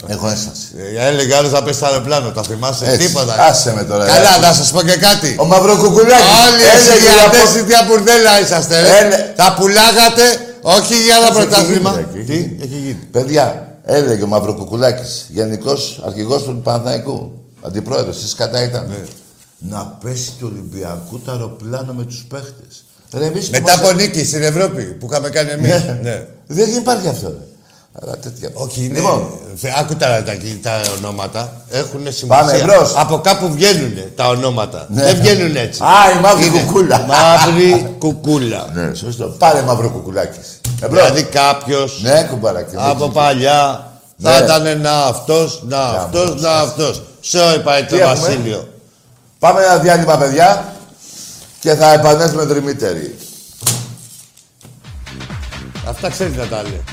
Έχω ένσταση. ε, έλεγε άλλος θα πέσει στο αεροπλάνο, τα θυμάσαι Έτσι. τίποτα. Άσε με τώρα. Καλά, ρε. να σας πω και κάτι. Ο Μαυροκουκουλάκης. Όλοι οι έλεγε συγγραφέ από- ή τι απουρδέλα είσαστε. ρε. Έλε- ε. Τα πουλάγατε όχι για ένα Έχει πρωτάθλημα. γίνει, Τι, ρε, έχει έχει γίνει. Παιδιά, έλεγε ο Μαυροκουκουλάκης, γενικός αρχηγός του Παναθηναϊκού. Αντιπρόεδρος, εσείς κατά ήταν. Ναι. Να πέσει του Ολυμπιακού το αεροπλάνο με τους παίχτες. Ρε, εμείς Μετά που από νίκη στην Ευρώπη που είχαμε κάνει εμείς. Ναι. Δεν υπάρχει αυτό. ρε. Αλλά τέτοια. Όχι, είναι. Λοιπόν, Θε- Άκου τα, τα, τα ονόματα. Έχουν σημασία. Πάμε εμπρός. Από κάπου βγαίνουν τα ονόματα. Ναι. Δεν βγαίνουν έτσι. Α, η μαύρη Είναι κουκούλα. Μαύρη κουκούλα. ναι, σωστό. Πάρε Μαυροκουκουλάκη. Εμπρός. Δηλαδή κάποιος Ναι, κουμπαράκι. από παλιά θα Ναι. ήταν να αυτός, να αυτό, να αυτός. Σε είπα το Τι έχουμε? Βασίλειο. Πάμε ένα διάλειμμα, παιδιά. Και θα επανέλθουμε δρυμύτεροι. Αυτά ξέρεις να τα λέει.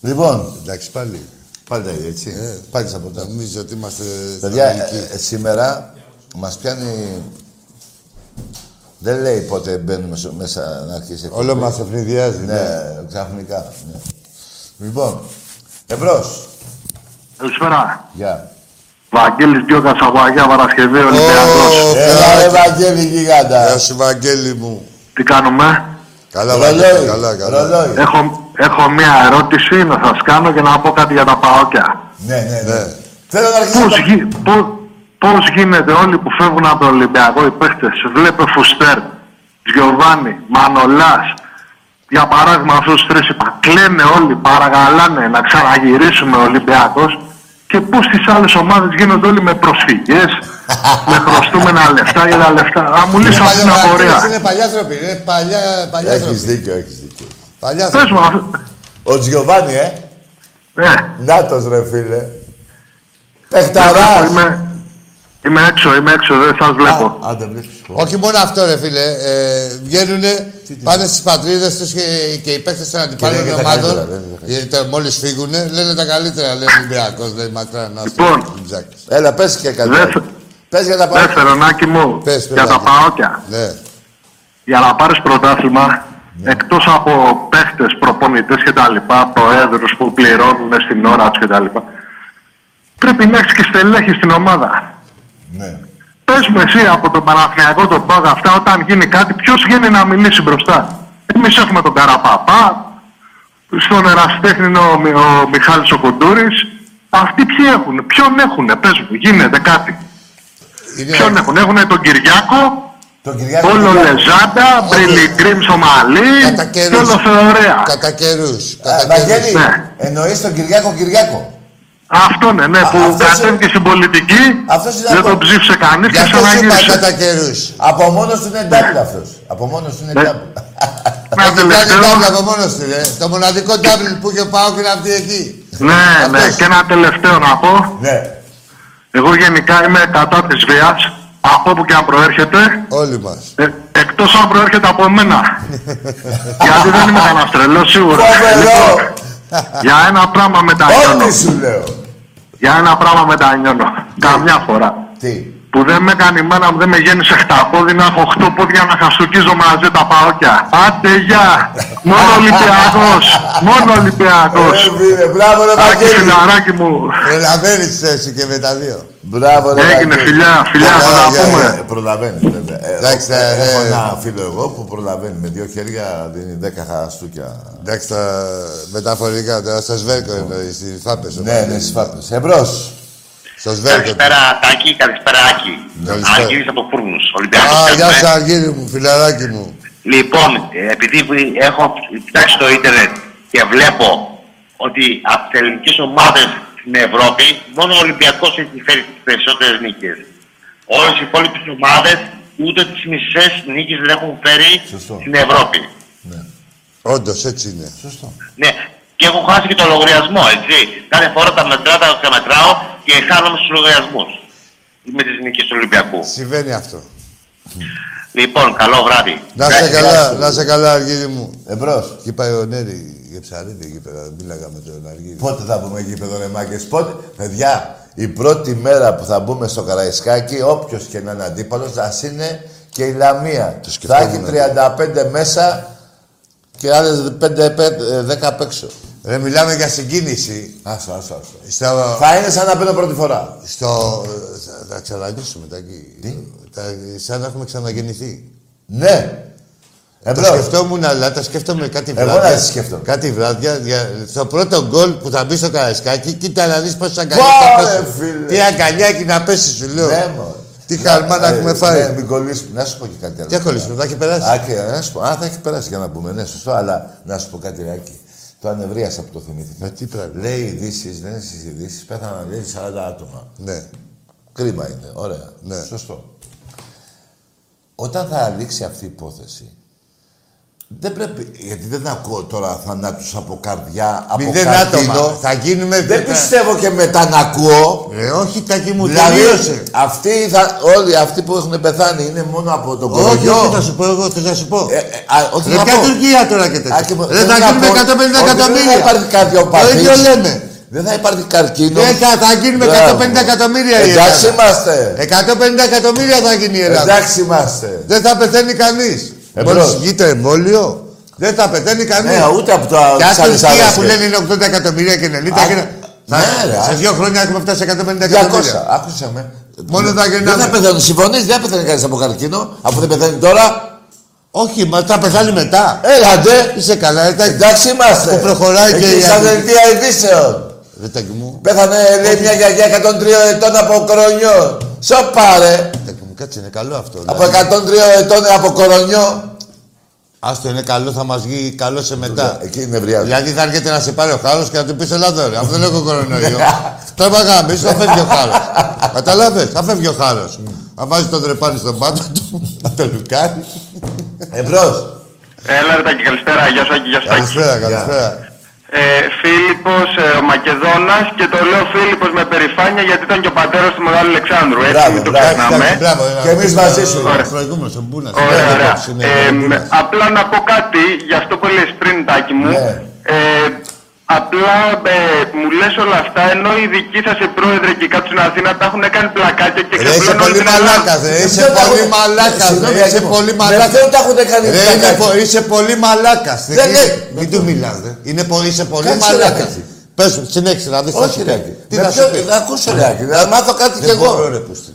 Λοιπόν, Εντάξει πάλι. πάντα έτσι. ε. Πάλι σαν ποτά. Νομίζω ότι είμαστε. Παιδιά, κανονικοί. ε, ε, σήμερα μας πιάνει... Δεν λέει πότε μπαίνουμε στο- μέσα να αρχίσει. η Όλο εκπομπή. μας ευνηδιάζει. Ναι. Ναι, ξαφνικά. ναι. Λοιπόν, εμπρός. Καλησπέρα. Γεια. Βαγγέλης Διώκας από Αγία Παρασκευή, Ολυμπιακός. Έλα ρε Βαγγέλη Ε, Γεια Ε, γιγάντα. σου, Βαγγέλη μου. Τι κάνουμε. Καλά, Βαγγέλη. Ρολόι. Καλά, καλά. Ρολόι. Έχω, έχω μία ερώτηση να σας κάνω και να πω κάτι για τα παόκια. Ναι, ναι, ναι. Ναι. Θέλω να αρχίσω. Πώς, γι, πώς, πώς γίνεται όλοι που φεύγουν από τον Ολυμπιακό οι παίχτες, βλέπε Φουστέρ, Γιωβάνι, Μανολάς, για παράδειγμα αυτούς τους τρεις είπα, κλαίνε όλοι, παραγαλάνε να ξαναγυρίσουμε Ολυμπιακός και πώς στις άλλες ομάδες γίνονται όλοι με προσφυγές, με χρωστούμενα λεφτά για τα λεφτά. Να μου λύσω αυτή την απορία. Είναι παλιά τροπή. Είναι παλιά, παλιά Έχεις τροπή. δίκιο, έχεις δίκιο. Παλιά Πες τροπή. μου, αυτό- Ο Τζιωβάνι, ε. ε, Νάτος ρε φίλε. Είμαι, Πεχταράς. είμαι, είμαι έξω, είμαι έξω, δεν σας βλέπω. Α, δεν βλέπεις. Όχι μόνο αυτό, ρε φίλε. Ε, βγαίνουν, πάνε στις πατρίδες τους και, και οι παίχτε των λένε αντιπάλων και τα ομάδων. καλύτερα, λένε τα Μόλι φύγουν, λένε τα καλύτερα. Λέει Ολυμπιακός, λέει Μακράν. να Λοιπόν. σου πω, Τζάκης. Έλα, πες και κάτι. Δεν θε- Πες για τα Ναι, πάντα. Θερονάκη μου, Πες, για τα παιδάκι. παόκια. Ναι. Για να πάρεις πρωτάθλημα, εκτός από παίχτες, προπονητές και τα λοιπά, προέδρους που πληρώνουν στην ώρα τους και τα λοιπά, πρέπει να έχεις και στελέχη στην ομάδα. Ναι. Πες μου εσύ από τον Παναθηναϊκό τον Πάγα αυτά, όταν γίνει κάτι, ποιος γίνει να μιλήσει μπροστά. Εμείς έχουμε τον Καραπαπά, στον Εραστέχνη είναι ο, Μι- ο Μιχάλης ο Κοντούρης. Αυτοί ποιοι έχουν, ποιον έχουν, πες μου, γίνεται κάτι. Είναι- Ποιον έχουν, έχουν τον Κυριάκο, Τον Κυριάκο. όλο Κυριάκο. Λεζάντα, Μπριλιγκρίμ στο Μαλί Κατά και καιρούς. όλο Θεωρέα. Κατά καιρούς. Α, Ε, Βαγγέλη, Ναι. εννοείς τον Κυριάκο Κυριάκο. Αυτό ναι, ναι, που αυτός κατέβηκε στην πολιτική, αυτός είναι δεν αυτό. τον ψήφισε κανείς Γι' και αυτό σου είπα ξαναγύρισε. κατά καιρούς. Από μόνος του είναι ντάμπλ αυτός. Από μόνος του είναι Ναι. ντάμπλ. Ένα Έχει κάνει τελευταίο. double από μόνος του, ρε. ε. Το μοναδικό double που είχε πάω είναι αυτή εκεί. Ναι, ναι, Αυτός. και ένα τελευταίο να πω. Ναι. Εγώ γενικά είμαι κατά της βίας, από όπου και αν προέρχεται, Όλοι μας. ε, εκτός αν προέρχεται από μένα. Γιατί δεν είμαι κανένας τρελός σίγουρα. Φοβερό. λοιπόν, Για ένα πράγμα μετανιώνω. Ό,τι σου λέω. Για ένα πράγμα μετανιώνω. Καμιά φορά. Τι. Που δεν με κάνει η μάνα μου, δεν με γέννησε χταπόδι, να έχω 8 πόδια να χαστοκίζω μαζί τα παόκια. Άντε γεια! Μόνο Ολυμπιακός! Μόνο Ολυμπιακός! Ρε φίλε, Μπράβο ρε Άκη Βαγγέλη. φιλαράκι μου! Προλαβαίνεις θέση και με τα δύο. Μπράβο ρε Έγινε Βαγγέλη. Ναι, φιλιά, φιλιά, Καλά, θα τα για- πούμε. ε, Προλαβαίνεις βέβαια. Ε, Εντάξει, έχω- ε, Έχω ε, ένα φίλο εγώ που προλαβαίνει. Με δύο χέρια δίνει δέκα χαστούκια. Εντάξει, τα μεταφορικά τώρα στο σβέρκο εννοεί, στις φάπες. Ναι, ναι, σφάπες. Εμπρός. Στο σβέρκο. Καλησπέρα Τάκη, καλησπέρα Άκη. Καλησπέρα. Αργύρης από Φούρνους, Ολυμπιακός. Α, γεια σου, καλησπέρα. Αργύρι μου, φιλαράκι μου. Λοιπόν, ε, επειδή έχω κοιτάξει στο ίντερνετ και βλέπω ότι από τις ελληνικές ομάδες στην Ευρώπη μόνο ο Ολυμπιακός έχει φέρει τις περισσότερες νίκες. Όλες οι υπόλοιπες ομάδες ούτε τις μισές νίκες δεν έχουν φέρει Σωστό. στην Ευρώπη. Όντως έτσι είναι. Σωστό. Ναι, και έχω χάσει και το λογαριασμό, έτσι. Κάθε φορά τα μετράω, τα ξαναμετράω και χάνομαι στους λογαριασμούς με τις νίκες του Ολυμπιακού. Συμβαίνει αυτό. Λοιπόν, καλό βράδυ. Να σε καλά, εντάξει. να σε καλά, Αργύρι μου. Εμπρός. Εκεί πάει ο Νέρη για ψαρίδι εκεί πέρα. Μίλαγα με τον Αργύρι. Πότε θα πούμε γήπεδο ρε μάγκες, πότε. Παιδιά, η πρώτη μέρα που θα μπούμε στο Καραϊσκάκι, όποιος και να είναι αντίπαλος, ας είναι και η Λαμία. Θα σκεφτόμουν, έχει ναι. 35 μέσα και άλλες 5, ε, 10 απ' έξω. Ρε, μιλάμε για συγκίνηση. Άσο, άσο, άσο. Στα- Θα είναι σαν να μπαίνω πρώτη φορά. Στο... Θα, θα ξαναγνήσουμε τα εκεί. Τα- σαν να έχουμε ξαναγεννηθεί. Ναι. Το Εμπρός. σκεφτόμουν, αλλά τα σκέφτομαι κάτι Εγώ βράδια. να τις σκέφτομαι. Κάτι βράδια. Για, στο πρώτο γκολ που θα μπει στο καρασκάκι, κοίτα να δεις πόσο αγκαλιά Βάρε, θα πέσει. φίλε. Τι αγκαλιάκι να πέσει, σου λέω. Ναι, μωρέ. Τι χαρμά να Ε, έχουμε Ναι, φάει. μην κολλήσουμε. Να σου πω και κάτι άλλο. Τι ακολουθούμε, θα έχει περάσει. Α, και, ε, να σου πω. Α, θα έχει περάσει για να πούμε. Ναι, σωστό, αλλά να σου πω κάτι, Ράκη. Το ανεβρίασα που το θυμήθηκα. Με τι πράγμα. Λέει ειδήσει, δεν είναι στις ειδήσεις, πέθαναν λέει 40 άτομα. Ναι. Κρίμα είναι, ωραία. Ναι. Σωστό. Όταν θα λήξει αυτή η υπόθεση, Δεν πρέπει, γιατί δεν ακούω τώρα θανάτους από καρδιά, από Μηδέν καρκίνο. άτομα. Θα γίνουμε Δεν δεκα- πιστεύω και μετά να ακούω. Ε, όχι, τάκι μου, Δηλαδή, τελείωσε. αυτοί, θα, όλοι αυτοί που έχουν πεθάνει είναι μόνο από τον Ε, Όχι, κορονοϊό. όχι, θα σου πω εγώ, θα σου πω. Ε, ε, α, όχι Ρε να πια πω. Τουρκία τώρα και Α, και τέτοια. πω- Ρε δεν θα να γίνουμε πω- 150 ότι Δεν θα εκατομμύρια. υπάρχει Το καρδιοπαθής. ίδιο λέμε. Δεν θα υπάρχει καρκίνο. Ε, θα- θα γίνουμε Μπράβο. 150 εκατομμύρια η Εντάξει Ελλάδα. είμαστε. 150 εκατομμύρια θα γίνει η Ελλάδα. Εντάξει είμαστε. Δεν θα πεθαίνει κανείς. Ε, Μόλι μπρος. βγει το εμβόλιο, δεν θα πεθαίνει κανείς. Ναι, ούτε από τα Και ας άλλες Τουρκία άλλες που και- λένε είναι 80 εκατομμύρια και 90 Α, και να- ναι, θα- ρε, Σε α. δύο χρόνια έχουμε φτάσει σε 150 200. εκατομμύρια. Άκουσα με. Μόνο θα Δεν θα γεννάμε. πεθάνει. Συμφωνείς, δεν θα πεθάνει κανείς από καρκίνο. Αφού δεν πεθάνει τώρα. Όχι, μα θα πεθάνει μετά. Έλα, ντε. Είσαι καλά, εντάξει. Εντάξει είμαστε. Που προχωράει και η Εκεί στα άλλη. δελτία ειδήσεων. Ρε τάκι μου, Πέθανε, λέει, μια γιαγιά 103 ετών από κορονιό. Σοπα, ρε. τάκι μου, κάτσε είναι καλό αυτό. Από δηλαδή. 103 ετών από κορονιό. Άστο είναι καλό, θα μας βγει καλό σε μετά. Ε, Εκεί νευριάζει. Δηλαδή θα έρχεται να σε πάρει ο χάρος και να του πεις Ελλάδα, ρε. Αφού δεν έχω κορονοϊό. Τώρα παγάμε, θα φεύγει ο χάρος. Κατάλαβε, θα φεύγει ο χάρος. Θα βάζει το τρεπάνι στον πάτο του, να το λουκάρει. Ε, Εμπρός. Έλα, ρε, καλησπέρα. Γεια σου, Άκη, γεια σου, Άκη. Καλησπέρα, καλησπέρα. Ε, Φίλιππος ε, ο Μακεδόνας και το λέω Φίλιππος με περηφάνεια γιατί ήταν και ο πατέρας του Μεγάλου Αλεξάνδρου. Έτσι Μπράβο, μην το μπράβο, ξεχνάμε. Και εμείς μαζί σου. Ωραία. Προηγούμενος, ο Μπούνας. Ωραία, ωραία. ναι, Ε, μ, απλά να πω κάτι για αυτό που λες πριν, Τάκη μου. Ναι. Ε, απλά ε, μου λες όλα αυτά ενώ οι δικοί σας σε πρόεδρε και κάποιοι στην Αθήνα τα έχουν κάνει πλακάκια και Ρε, είσαι ξεπλώνουν όλη πολύ την Ελλάδα. μαλάκας, ρε. Ε, Είσαι πολύ Ε, μαλάκα, ρε. Είσαι πολύ μαλάκας. Δεν τα έχουν κάνει Ρε, πλάκα. είναι πο- είσαι πολύ μαλάκας. Δεν λέει. Μην του μιλάς, ρε. Είναι πο- Είσαι πολύ Κάτσε, ρε, μαλάκας. Άκη. Πες μου, συνέχισε να δεις. τι θα Όχι, σου ρε. πει. Άκη. Τι Με θα σου ποιον- πει. Να ακούσω, ρε. Άκη, Να μάθω κάτι κι Δεν μπορώ, εγώ. ρε, πούστη.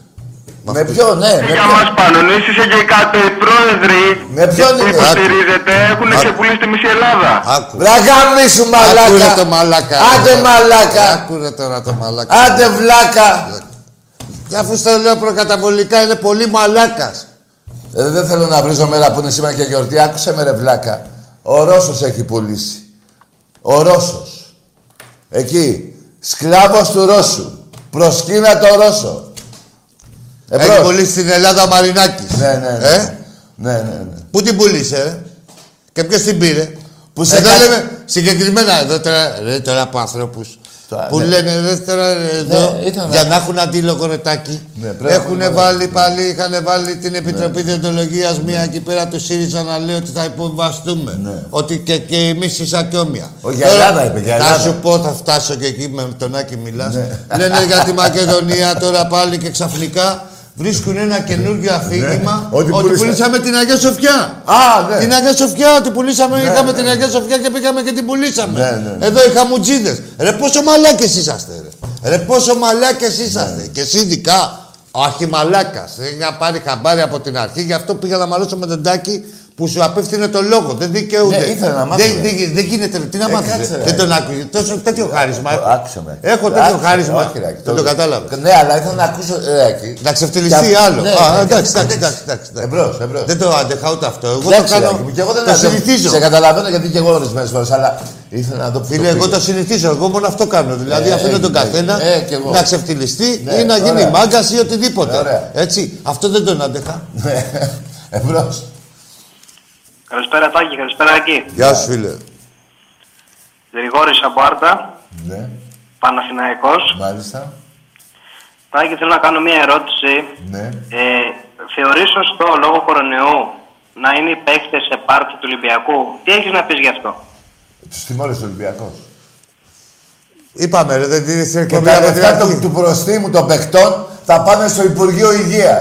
Με ποιον, ναι. με Για ποιον. μας πανονίσησε και κάτω οι πρόεδροι Με ποιον που είναι. υποστηρίζετε έχουν Ναι, Άκου. ξεπουλήσει τη μισή Ελλάδα. Άκου. Ρε, γαμίσου, Ακούρε το μαλάκα. μαλάκα. Άντε, μαλάκα. Ακούρε τώρα το μαλάκα. Άντε βλάκα. Και αφού στο λέω προκαταβολικά είναι πολύ μαλάκας. Ε, δεν θέλω να βρίζω μέρα που είναι σήμερα και γιορτή. Άκουσε με ρε βλάκα. Ο Ρώσος έχει πουλήσει. Ο Ρώσος. Εκεί. Σκλάβος του Ρώσου. Προσκύνα το Ρώσο. Ε, Έχει προς. πουλήσει στην Ελλάδα ο Μαρινάκης. Ναι, ναι, ναι. Ε? ναι, ναι, ναι. Πού την πούλησε, ρε. Και ποιος την πήρε. Που σε εδώ Ε, κα- λέμε συγκεκριμένα εδώ τώρα, ρε, τώρα από ανθρώπου. Τώρα, Που ναι. λένε ρε, τώρα ρε, εδώ, ήταν, για ναι. να έχουν αντίλογο ρετάκι. Ναι, πρέπει να Ναι. έχουν είναι, βάλει πάλι, είχαν βάλει την Επιτροπή Διοντολογίας μία εκεί πέρα του ΣΥΡΙΖΑ να λέει ότι θα υποβαστούμε. Ότι και, και εμείς ίσα και όμοια. Ω, Ναι. για Ελλάδα είπε, για Θα Ελλάδα. Ναι. σου πω, θα φτάσω και εκεί με τον Άκη μιλάς. Λένε για τη Μακεδονία τώρα πάλι και ξαφνικά βρίσκουν ένα καινούργιο αφήγημα Ναι. ότι, Ότι πούλησα- πουλήσαμε την Αγία Σοφιά. Α, ναι. Την Αγία Σοφιά, την πουλήσαμε. είχαμε ναι, την Αγία Σοφιά και πήγαμε και την πουλήσαμε. Ναι, ναι, ναι. Εδώ οι χαμουτζίδες. Ρε πόσο μαλάκες είσαστε, ρε. Ρε πόσο μαλάκες είσαστε. Ναι. Και εσύ ειδικά, ο Αχιμαλάκα. Είχα πάρει χαμπάρι από την αρχή, γι' αυτό πήγα να μαλώσω με τον Τάκη που σου απέφθινε το λόγο. Δεν δικαιούνται. Ναι, ήθελα να μάθω, Δεν, ρε. Ε, δεν, δεν γίνεται, ρε. τι να μάθεις, ρε. κάτσε, ρε. Δεν τον άκουγε. Τόσο τέτοιο χάρισμα. έχω. Άκουσε με. Έχω Άκουσε τέτοιο με, χάρισμα. όχι, ρε, Άκη, Δεν το κατάλαβα. Ναι, αλλά ήθελα να ακούσω. ε, Ρε, Άκη. Να ξεφτυλιστεί Και- άλλο. ναι, Α, ναι, εντάξει, ναι, εντάξει, εντάξει, εντάξει. Εμπρός, εμπρός. Δεν το αντέχα ούτε αυτό. Εγώ το Εντάξει, κάνω. Άκη μου, και εγώ δεν το άκουσα. συνηθίζω. Σε καταλαβαίνω γιατί και εγώ ορισμένες φορές, αλλά ήθελα να το Φίλε, Δηλαδή, εγώ πήγε. το συνηθίζω. Εγώ μόνο αυτό κάνω. Δηλαδή Ε, αφήνω ε, τον ε, καθένα ε, κι εγώ. να ξεφτυλιστεί Ναι, ή να γίνει ωραία. μάγκας ή οτιδήποτε. Ωραία. Έτσι. Αυτό δεν τον άντεχα. Ναι. Ε, Εμπρός. Καλησπέρα Τάκη, καλησπέρα Άκη. Γεια σου, φίλε. Γρηγόρης από Άρτα, Ναι, Παναθηναϊκός. μάλιστα. Τάκη, θέλω να κάνω μία ερώτηση. Ναι. Ε, θεωρείς σωστό λόγω κορονοϊού να είναι οι παίκτες σε πάρτι του Ολυμπιακού. Τι έχεις να πεις γι' αυτό. Τους τιμώρησε ο Ολυμπιακός. Είπαμε, ρε, δεν τήρησε Και εκπομπή τα από την λεφτά του, αρχή. του προστίμου των παιχτών θα πάνε στο Υπουργείο Υγείας.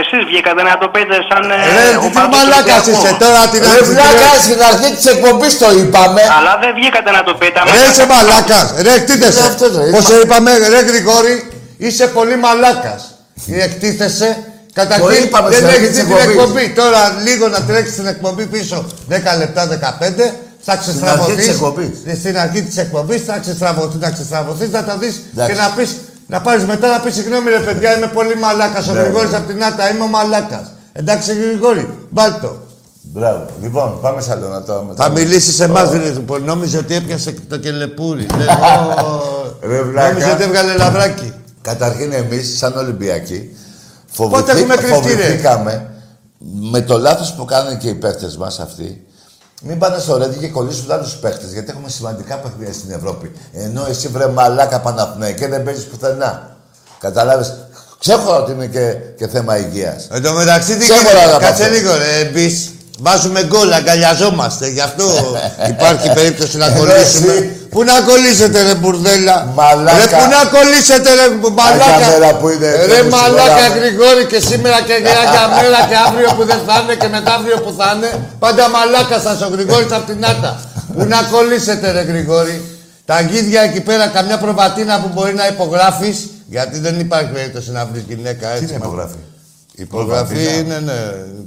Εσείς βγήκατε να το πείτε σαν ε, Ρε, τι οπαδοί του μαλάκα Ολυμπιακού. είσαι τώρα την Ρε αρχή. βλάκα, στην αρχή της εκπομπής το είπαμε. Αλλά δεν βγήκατε να το πείτε. άμα Ρε, ήταν- είσαι μαλάκας. Ρε, Είναι εκτίθεσαι. αυτός, ρε. Πώ Μα- είπαμε, ρε, Γρηγόρη, είσαι πολύ μαλάκας. Εκτίθεσαι. Το Καταρχήν είπαμε δεν στην έχει αρχή την της εκπομπής. εκπομπή. Τώρα λίγο να τρέξεις την εκπομπή πίσω 10 λεπτά, 15. Θα ξεστραβωθεί. αρχή της εκπομπής. Στην αρχή της εκπομπής θα ξεστραβωθείς, θα ξεστραβωθεί, θα τα δεις Εντάξει. και να πεις. Να πάρεις μετά να πεις συγγνώμη, ρε παιδιά, είμαι πολύ μαλάκας. Ναι, Ο Γρηγόρη από την Άτα, είμαι ο μαλάκας. Εντάξει, Γρηγόρη, μπάλτο. Μπράβο. Λοιπόν, πάμε σε άλλο να το Θα μιλήσεις σε εμάς, λοιπόν. Νόμιζε ότι έπιασε το κελεπούρι. Λέω, Ρε βλάκα. Νόμιζε ότι έβγαλε λαβράκι. Καταρχήν εμείς, σαν Ολυμπιακοί, Πότε έχουμε κρυφτεί, ρε. φοβηθήκαμε με το λάθος που κάνουν και οι παίχτε μας αυτοί, μην πάνε στο Ρέντι και κολλήσουν άλλους παίχτες. Γιατί έχουμε σημαντικά παιχνίδια στην Ευρώπη. Ενώ εσύ βρε μαλάκα Παναθηναϊκέ δεν παίζεις πουθενά. Κατάλαβε. Ξέχωρα ότι είναι και, και θέμα υγείας. Εν τω μεταξύ τι Ξέρω γίνεται, να κάτσε πάθω. λίγο ρε, εμείς βάζουμε γκολ, αγκαλιαζόμαστε, γι' αυτό υπάρχει περίπτωση να Ρε, εσύ. κολλήσουμε. Πού να κολλήσετε ρε μπουρδέλα, Μαλάκα. ρε πού να κολλήσετε ρε μπου- μαλάκα, μέρα που είναι, Ε, ρε που μαλάκα συμπεράμε. Γρηγόρη και σήμερα και για για μέρα και αύριο που δεν θα είναι και μετά αύριο που θα είναι, πάντα μαλάκα σας ο Γρηγόρης απ' την Άτα. Πού να κολλήσετε ρε Γρηγόρη, τα γίδια εκεί πέρα καμιά προβατίνα που μπορεί να υπογράφεις, γιατί δεν υπάρχει περίπτωση να βρεις γυναίκα έτσι. Τι είναι μα- υπογράφη. Υπογραφή Προβατίνα. είναι, ναι,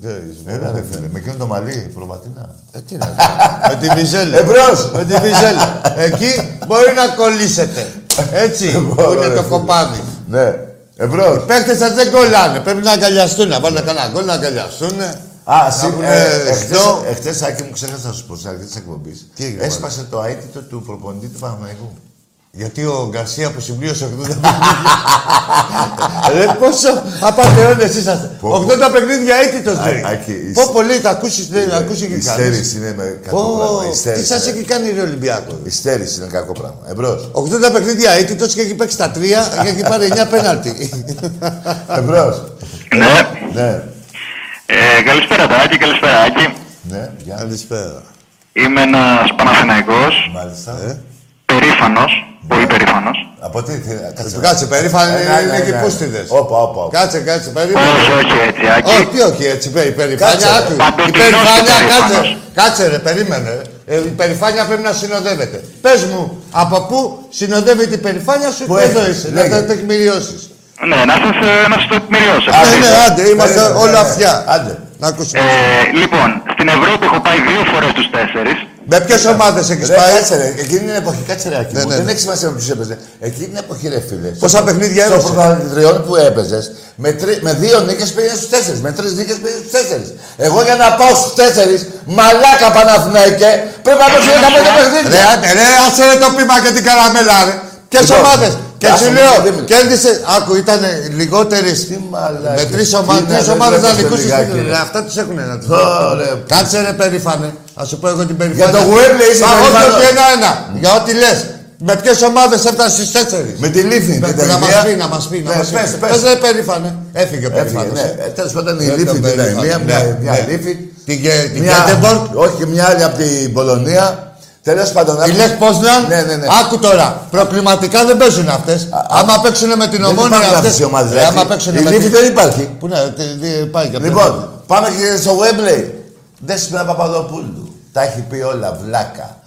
ξέρεις. Έλα ρε φίλε, με εκείνο το μαλλί, προβατίνα. Ε, τι να κάνω. Με τη Ε, Βιζέλα. Εμπρός! Με τη Βιζέλα. Εκεί μπορεί να κολλήσετε. Έτσι, που είναι ρε, το φίλε. κοπάδι. Ναι, εμπρός. Οι παίχτες σας δεν κολλάνε. Πρέπει να αγκαλιαστούν, να βάλουν κανένα γκολ, να αγκαλιαστούν. Α, σήμερα. πούνε εδώ. Εχθέ, Άκη μου ξέχασα να σου πω στην αρχής της εκπομπής. Τι έγινε, Έσπασε το αίτητο του προπονητή του Ε, Παναγικού. Γιατί ο Γκαρσία που συμπλήρωσε 80 παιχνίδια. Ρε πόσο απαταιώνες είσαστε. Πω, πω. 80 παιχνίδια αίτητος Α, λέει. Άκη, η- Πω πολύ, τα ακούσεις, λέει, ακούσεις και Η κανείς. στέρηση είναι με κακό Πω, πράγμα. Η τι στέρηση σας είναι- έχει κάνει ρε Ολυμπιάκο. η στέρηση είναι κακό πράγμα. Εμπρός. 80 παιχνίδια αίτητος και έχει παίξει τα τρία και έχει πάρει 9 πέναλτι. Εμπρός. Ναι. Ναι, Ε, καλησπέρα Τάκη, καλησπέρα Άκη. ναι, για. Καλησπέρα. Είμαι ένας Ε, Παναθηναϊκός, Μάλιστα. περήφανος, πολύ περήφανος. Από τι θέλει. Κάτσε. Κάτσε, περήφανοι Ναι, ναι, Ε, είναι ναι, και ναι. πούστιδες. Όπα, όπα, όπα. Κάτσε, κάτσε, περήφανοι. Όχι, όχι έτσι Άκη. Ε, Όχι, όχι, έτσι, πε- η Κάτσε, περηφάνεια, άκου. Η Παντοτινός περηφάνεια, και κάτσε. περήφανος. Κάτσε ρε, περίμενε. ρε. Ε, η περηφάνεια πρέπει να συνοδεύεται. Πες μου, από πού συνοδεύεται η περηφάνεια σου, Πού εδώ έχει, είσαι, να λέγε. τα τεκμηριώσεις. Ναι, να σας, ε, να σας το τεκμηριώσω. Α, Ευχαριστώ. ναι, άντε, είμαστε Περίμενε, όλα ναι, αυτιά. ναι. Άντε. Να ακούσουμε. Ε, λοιπόν, στην Ευρώπη έχω πάει δύο φορές τους τέσσερις. Με ποιες ομάδες έχεις Ρε, πάει. κάτσε ρε, εκείνη την εποχή, κάτσε ρε, Άκη Ναι, μου. ναι, Δεν ναι. έχει σημασία με ποιους έπαιζες. Εκείνη την εποχή, ρε φίλε. Πόσα παιχνίδια Στο έδωσες. πρωταθλητριών που έπαιζες, με, τρι- με δύο νίκες πήγες στους τέσσερις. Με τρεις νίκες πήγες στους τέσσερις. Εγώ για να πάω στους τέσσερις, μαλάκα Παναθηναϊκέ, πρέπει να παίξω 15 Ρε, παιχνίδια. άντε, ρε, άσε ρε το πείμα και την καραμέλα, ρε. Ποιες Λοιπόν, ομάδες. Και άσε σου με, δεν λέω, μιλάω. κέρδισε. Άκου, ήταν λιγότερες. Τι μαλάκα. Με τρεις ομάδες, Τι να τρεις ρε, ομάδες να βλέπετε νικούσεις. λιγάκι, την- ρε. ρε, Αυτά τους έχουνε να τους Ωραία. Κάτσε ρε περήφανε. Ας σου πω εγώ την περηφάνεια. Για το Wembley είσαι Θα έχω περήφανος. το ένα-ένα. Για ό,τι λες. Με ποιες ομάδες έφτασες στις τέσσερις. Με τη λύθη την Να- τελευταία. Να μας πει, να μας πει. Να Ναι, μας πει. πες, πες. Πες ρε περήφανε. Έφυγε ο Έφυγε, περήφανος. ναι. Τέλος πάντων η Δεν Λίφη τον την περήφανο. Δανία, Ναι, μια ναι. Λίφη. Την Γκέ- την Μια- Γκέτεμπορκ. Όχι, μια άλλη από την Πολωνία. Τέλος πάντων. Η άκου- Λεχ Πόσναν, Ναι, ναι, ναι. άκου τώρα. Προκληματικά δεν παίζουν αυτές. Άμα παίξουν με την Δεν ομόνια υπάρχουν αυτές, αυτές οι ομάδες, ε, ρε, Άμα Άκη. παίξουν Η με Λίφη την. δεν υπάρχει. Πού να, τι- τι- πάει και αυτό. Λοιπόν, πάμε και στο Wembley. Δεν σημαίνει Παπαδοπούλου. Τα έχει πει όλα, βλάκα.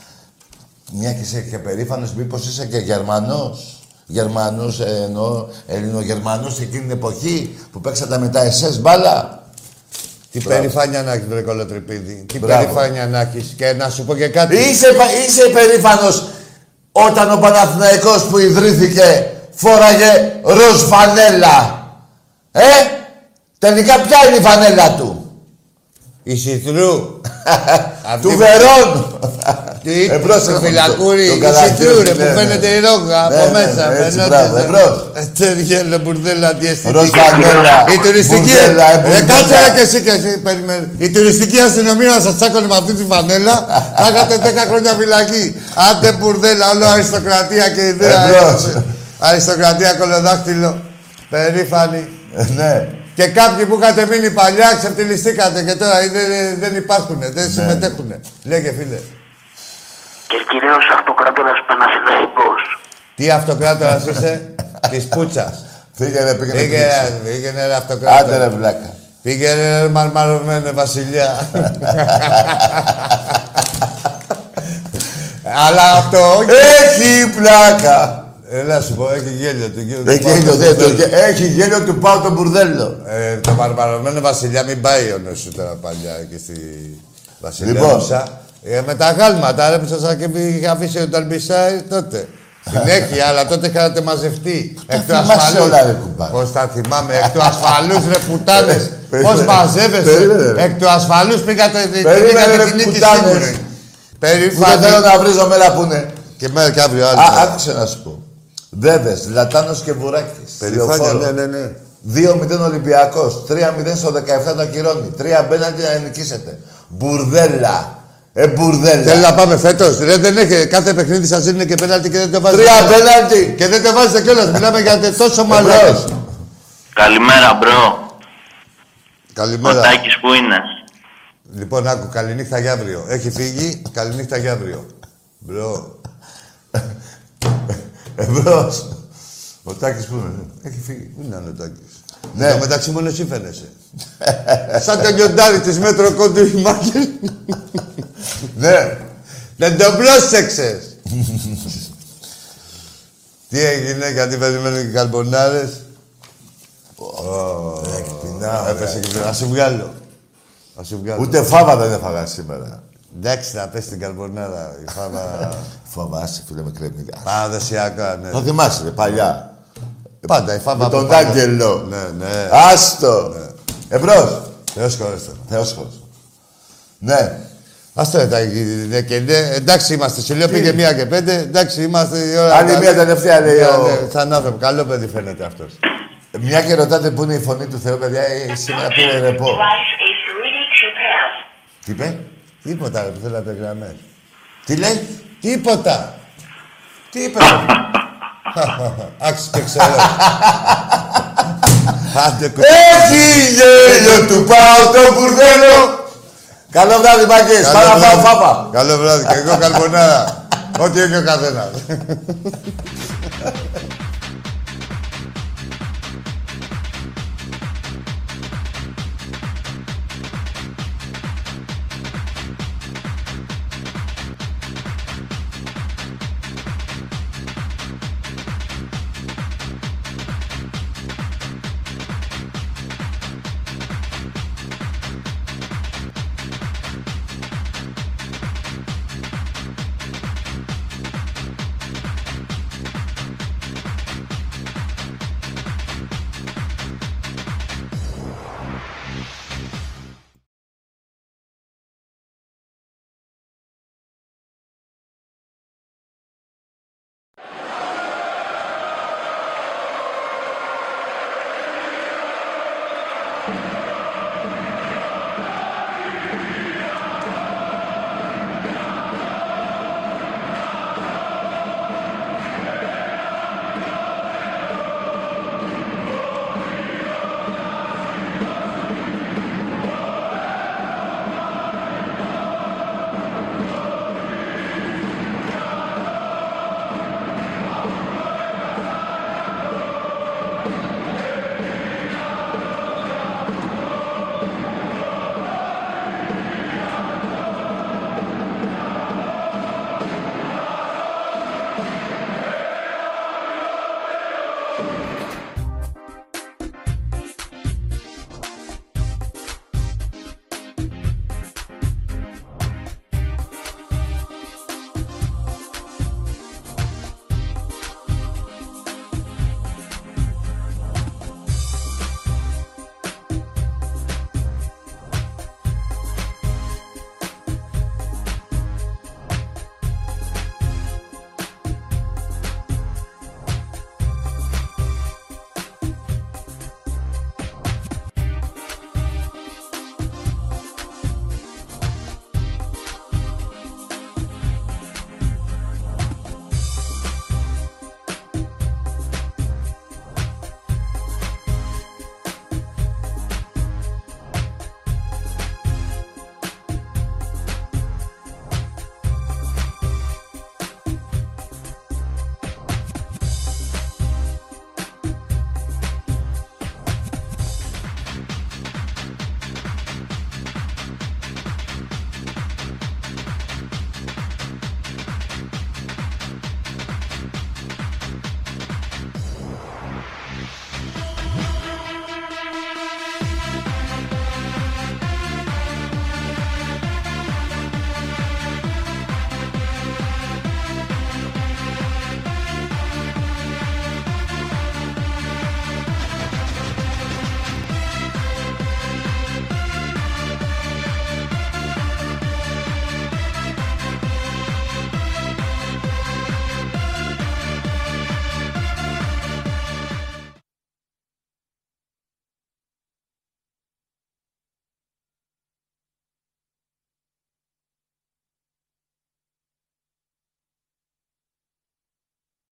Μια και είσαι και περήφανος, μήπως είσαι και Γερμανός. Γερμανού ε, εννοώ Ελληνογερμανού εκείνη την εποχή που παίξατε με τα SS μπάλα. Τι Μπράβο. περηφάνεια να έχεις, Βρε Κολοτρεπίδη. Τι Μπράβο. περηφάνεια να έχεις. Και να σου πω και κάτι. Είσαι, πα- είσαι περήφανος όταν ο Παναθηναϊκός που ιδρύθηκε φόραγε ροζ φανέλα. Ε! Τελικά ποια είναι η φανέλα του. Η Σιτρού. Αυτή- του Βερόν. Τι Ε, πρόσεχε, το φυλακούρι, το- το η καλάκι, Σιτρού, ρε, ναι, που ναι. φαίνεται η ρόγα Ναι, από ναι, μέσα. ναι, έτσι, φαινόταν. μπράβο, εμπρός. Ε, Τέργελο, μπουρδέλα, τι αισθητική. Ροζ φανέλα. Η τουριστική. Μπουρδέλα, ε, Ε, κάτσε μπουρδέλα. ρε και εσύ και εσύ. περιμένε. Η τουριστική αστυνομία να σας τσάκωνε με αυτή τη φανέλα. Θα είχατε 10 χρόνια φυλακή. Άντε μπουρδέλα, όλο αριστοκρατία και ιδέα. Εμπρός. ε, Αριστοκρατία, κολοδάχτυλο. Περήφανη. Ε, ναι. Και κάποιοι που είχατε μείνει παλιά ξεφτυλιστήκατε και τώρα δεν, δεν υπάρχουν, Ναι. δεν συμμετέχουν. Λέγε φίλε. Και κυρίως αυτοκράτορας Παναθηναϊκός. Τι αυτοκράτορας είσαι, της πούτσας. Φύγε ρε, πήγαινε. Πήγε, πήγαινε. ρε, πήγαινε ρε Άντε ρε αυτοκράτορα. βλάκα. Πήγε ρε μαρμαρωμένε βασιλιά. Αλλά αυτό όχι. Ε! Έχει πλάκα. Έλα σου πω, έχει γέλιο του κύριου. Δεν του Πάπου γέλιο, δεν το Μπουρδέλου. γέ- Έχει γέλιο του πάω τον μπουρδέλο. Ε, το παραπαραμένο βασιλιά μην πάει ο νόσου τώρα παλιά εκεί στη Λοιπόν. βασιλεύουσα. Ε, με τα γάλματα, ρε, που σας και είχε αφήσει ο Νταλμπισάη τότε. Συνέχεια, αλλά τότε είχατε μαζευτεί. Εκ του θυμάσαι ασφαλούς. όλα, ρε, κουμπάρε. Πώς τα θυμάμαι, εκ του ασφαλούς ρε πουτάνες. Πώς περίμενε, μαζεύεστε. περίμενε, ρε. Εκ του ασφαλούς πήγατε, Περίμενε, πήγατε ρε, την νίκη πουτάνες. σίγουρη. Που δεν θέλω Περίφανη. να βρίζω μέρα που είναι. Και μέρα και αύριο Α, άλλο. άκουσε να σου πω. Βέβες, Λατάνος και Βουράκης. Περηφάνεια, ναι, ναι, ναι. 2-0 Ολυμπιακό. 3-0 στο 17 το ακυρώνει. 3 μπέναντι να νικήσετε. Μπουρδέλα. Ε, μπουρδέλα. Θέλει να πάμε φέτος. Δεν έχει. Κάθε παιχνίδι σας είναι και πέναλτι και δεν το βάζετε. Τρία μπέναντι. Και δεν το βάζετε κιόλας. Μιλάμε για τε- τόσο μαλάκι. Εμπρός. Καλημέρα, μπρο. Ο Καλημέρα. Τάκης που είναι. Λοιπόν, άκου, καληνύχτα για αύριο. Έχει φύγει, καληνύχτα για αύριο. Μπρο. Ε, Εμπρός. Ο Τάκης που είναι. Έχει φύγει. Πού είναι ο Τάκης. Ναι. Ναι. μεταξύ μόνο εσύ φαίνεσαι. Σαν το λιοντάρι της μέτρο κόντου η Μάκη. Ναι. Δεν το πρόσεξες. Τι έγινε, γιατί περιμένουν και οι καλμπονάρες. Εκτινά, Έπεσε και να σου βγάλω. Να σου βγάλω. Ούτε φάβα δεν έφαγα σήμερα. Εντάξει, θα πέσει την καλμπονάρα. Η φάβα Φοβάσαι, φίλε με κρεμμύδια. παραδοσιακά, ναι. Το θυμάσαι, ρε, παλιά. Πάντα, η φάβα Με από τον πάντα. Άγγελο. Ναι, ναι. Άστο. Εμπρός. Θεός χωρίς τον. Θεός χωρίς. Ναι. Ας το τα ναι και ναι. Εντάξει είμαστε. Σου λέω πήγε μία και πέντε. Εντάξει είμαστε. η ώρα Άλλη τα- μία τελευταία, λέει ο- Ναι, ναι, Σαν άνθρωπο. Καλό παιδί φαίνεται αυτός. Μια και ρωτάτε πού είναι η φωνή του Θεού, παιδιά, ε, σήμερα πήρε ρεπό. Τι είπε. Τίποτα ρε, που θέλω να το γραμμές. Τι λέει, Τίποτα. Τι είπες. Άξι και ξέρω. Άντε κο- Έχει γέλιο του πάω το μπουρδέλο. Καλό βράδυ, Μαγκές. Καλό Πάρα πάω βράδυ. φάπα. Καλό βράδυ. Και εγώ καρμπονάρα. Ό,τι έχει ο καθένας.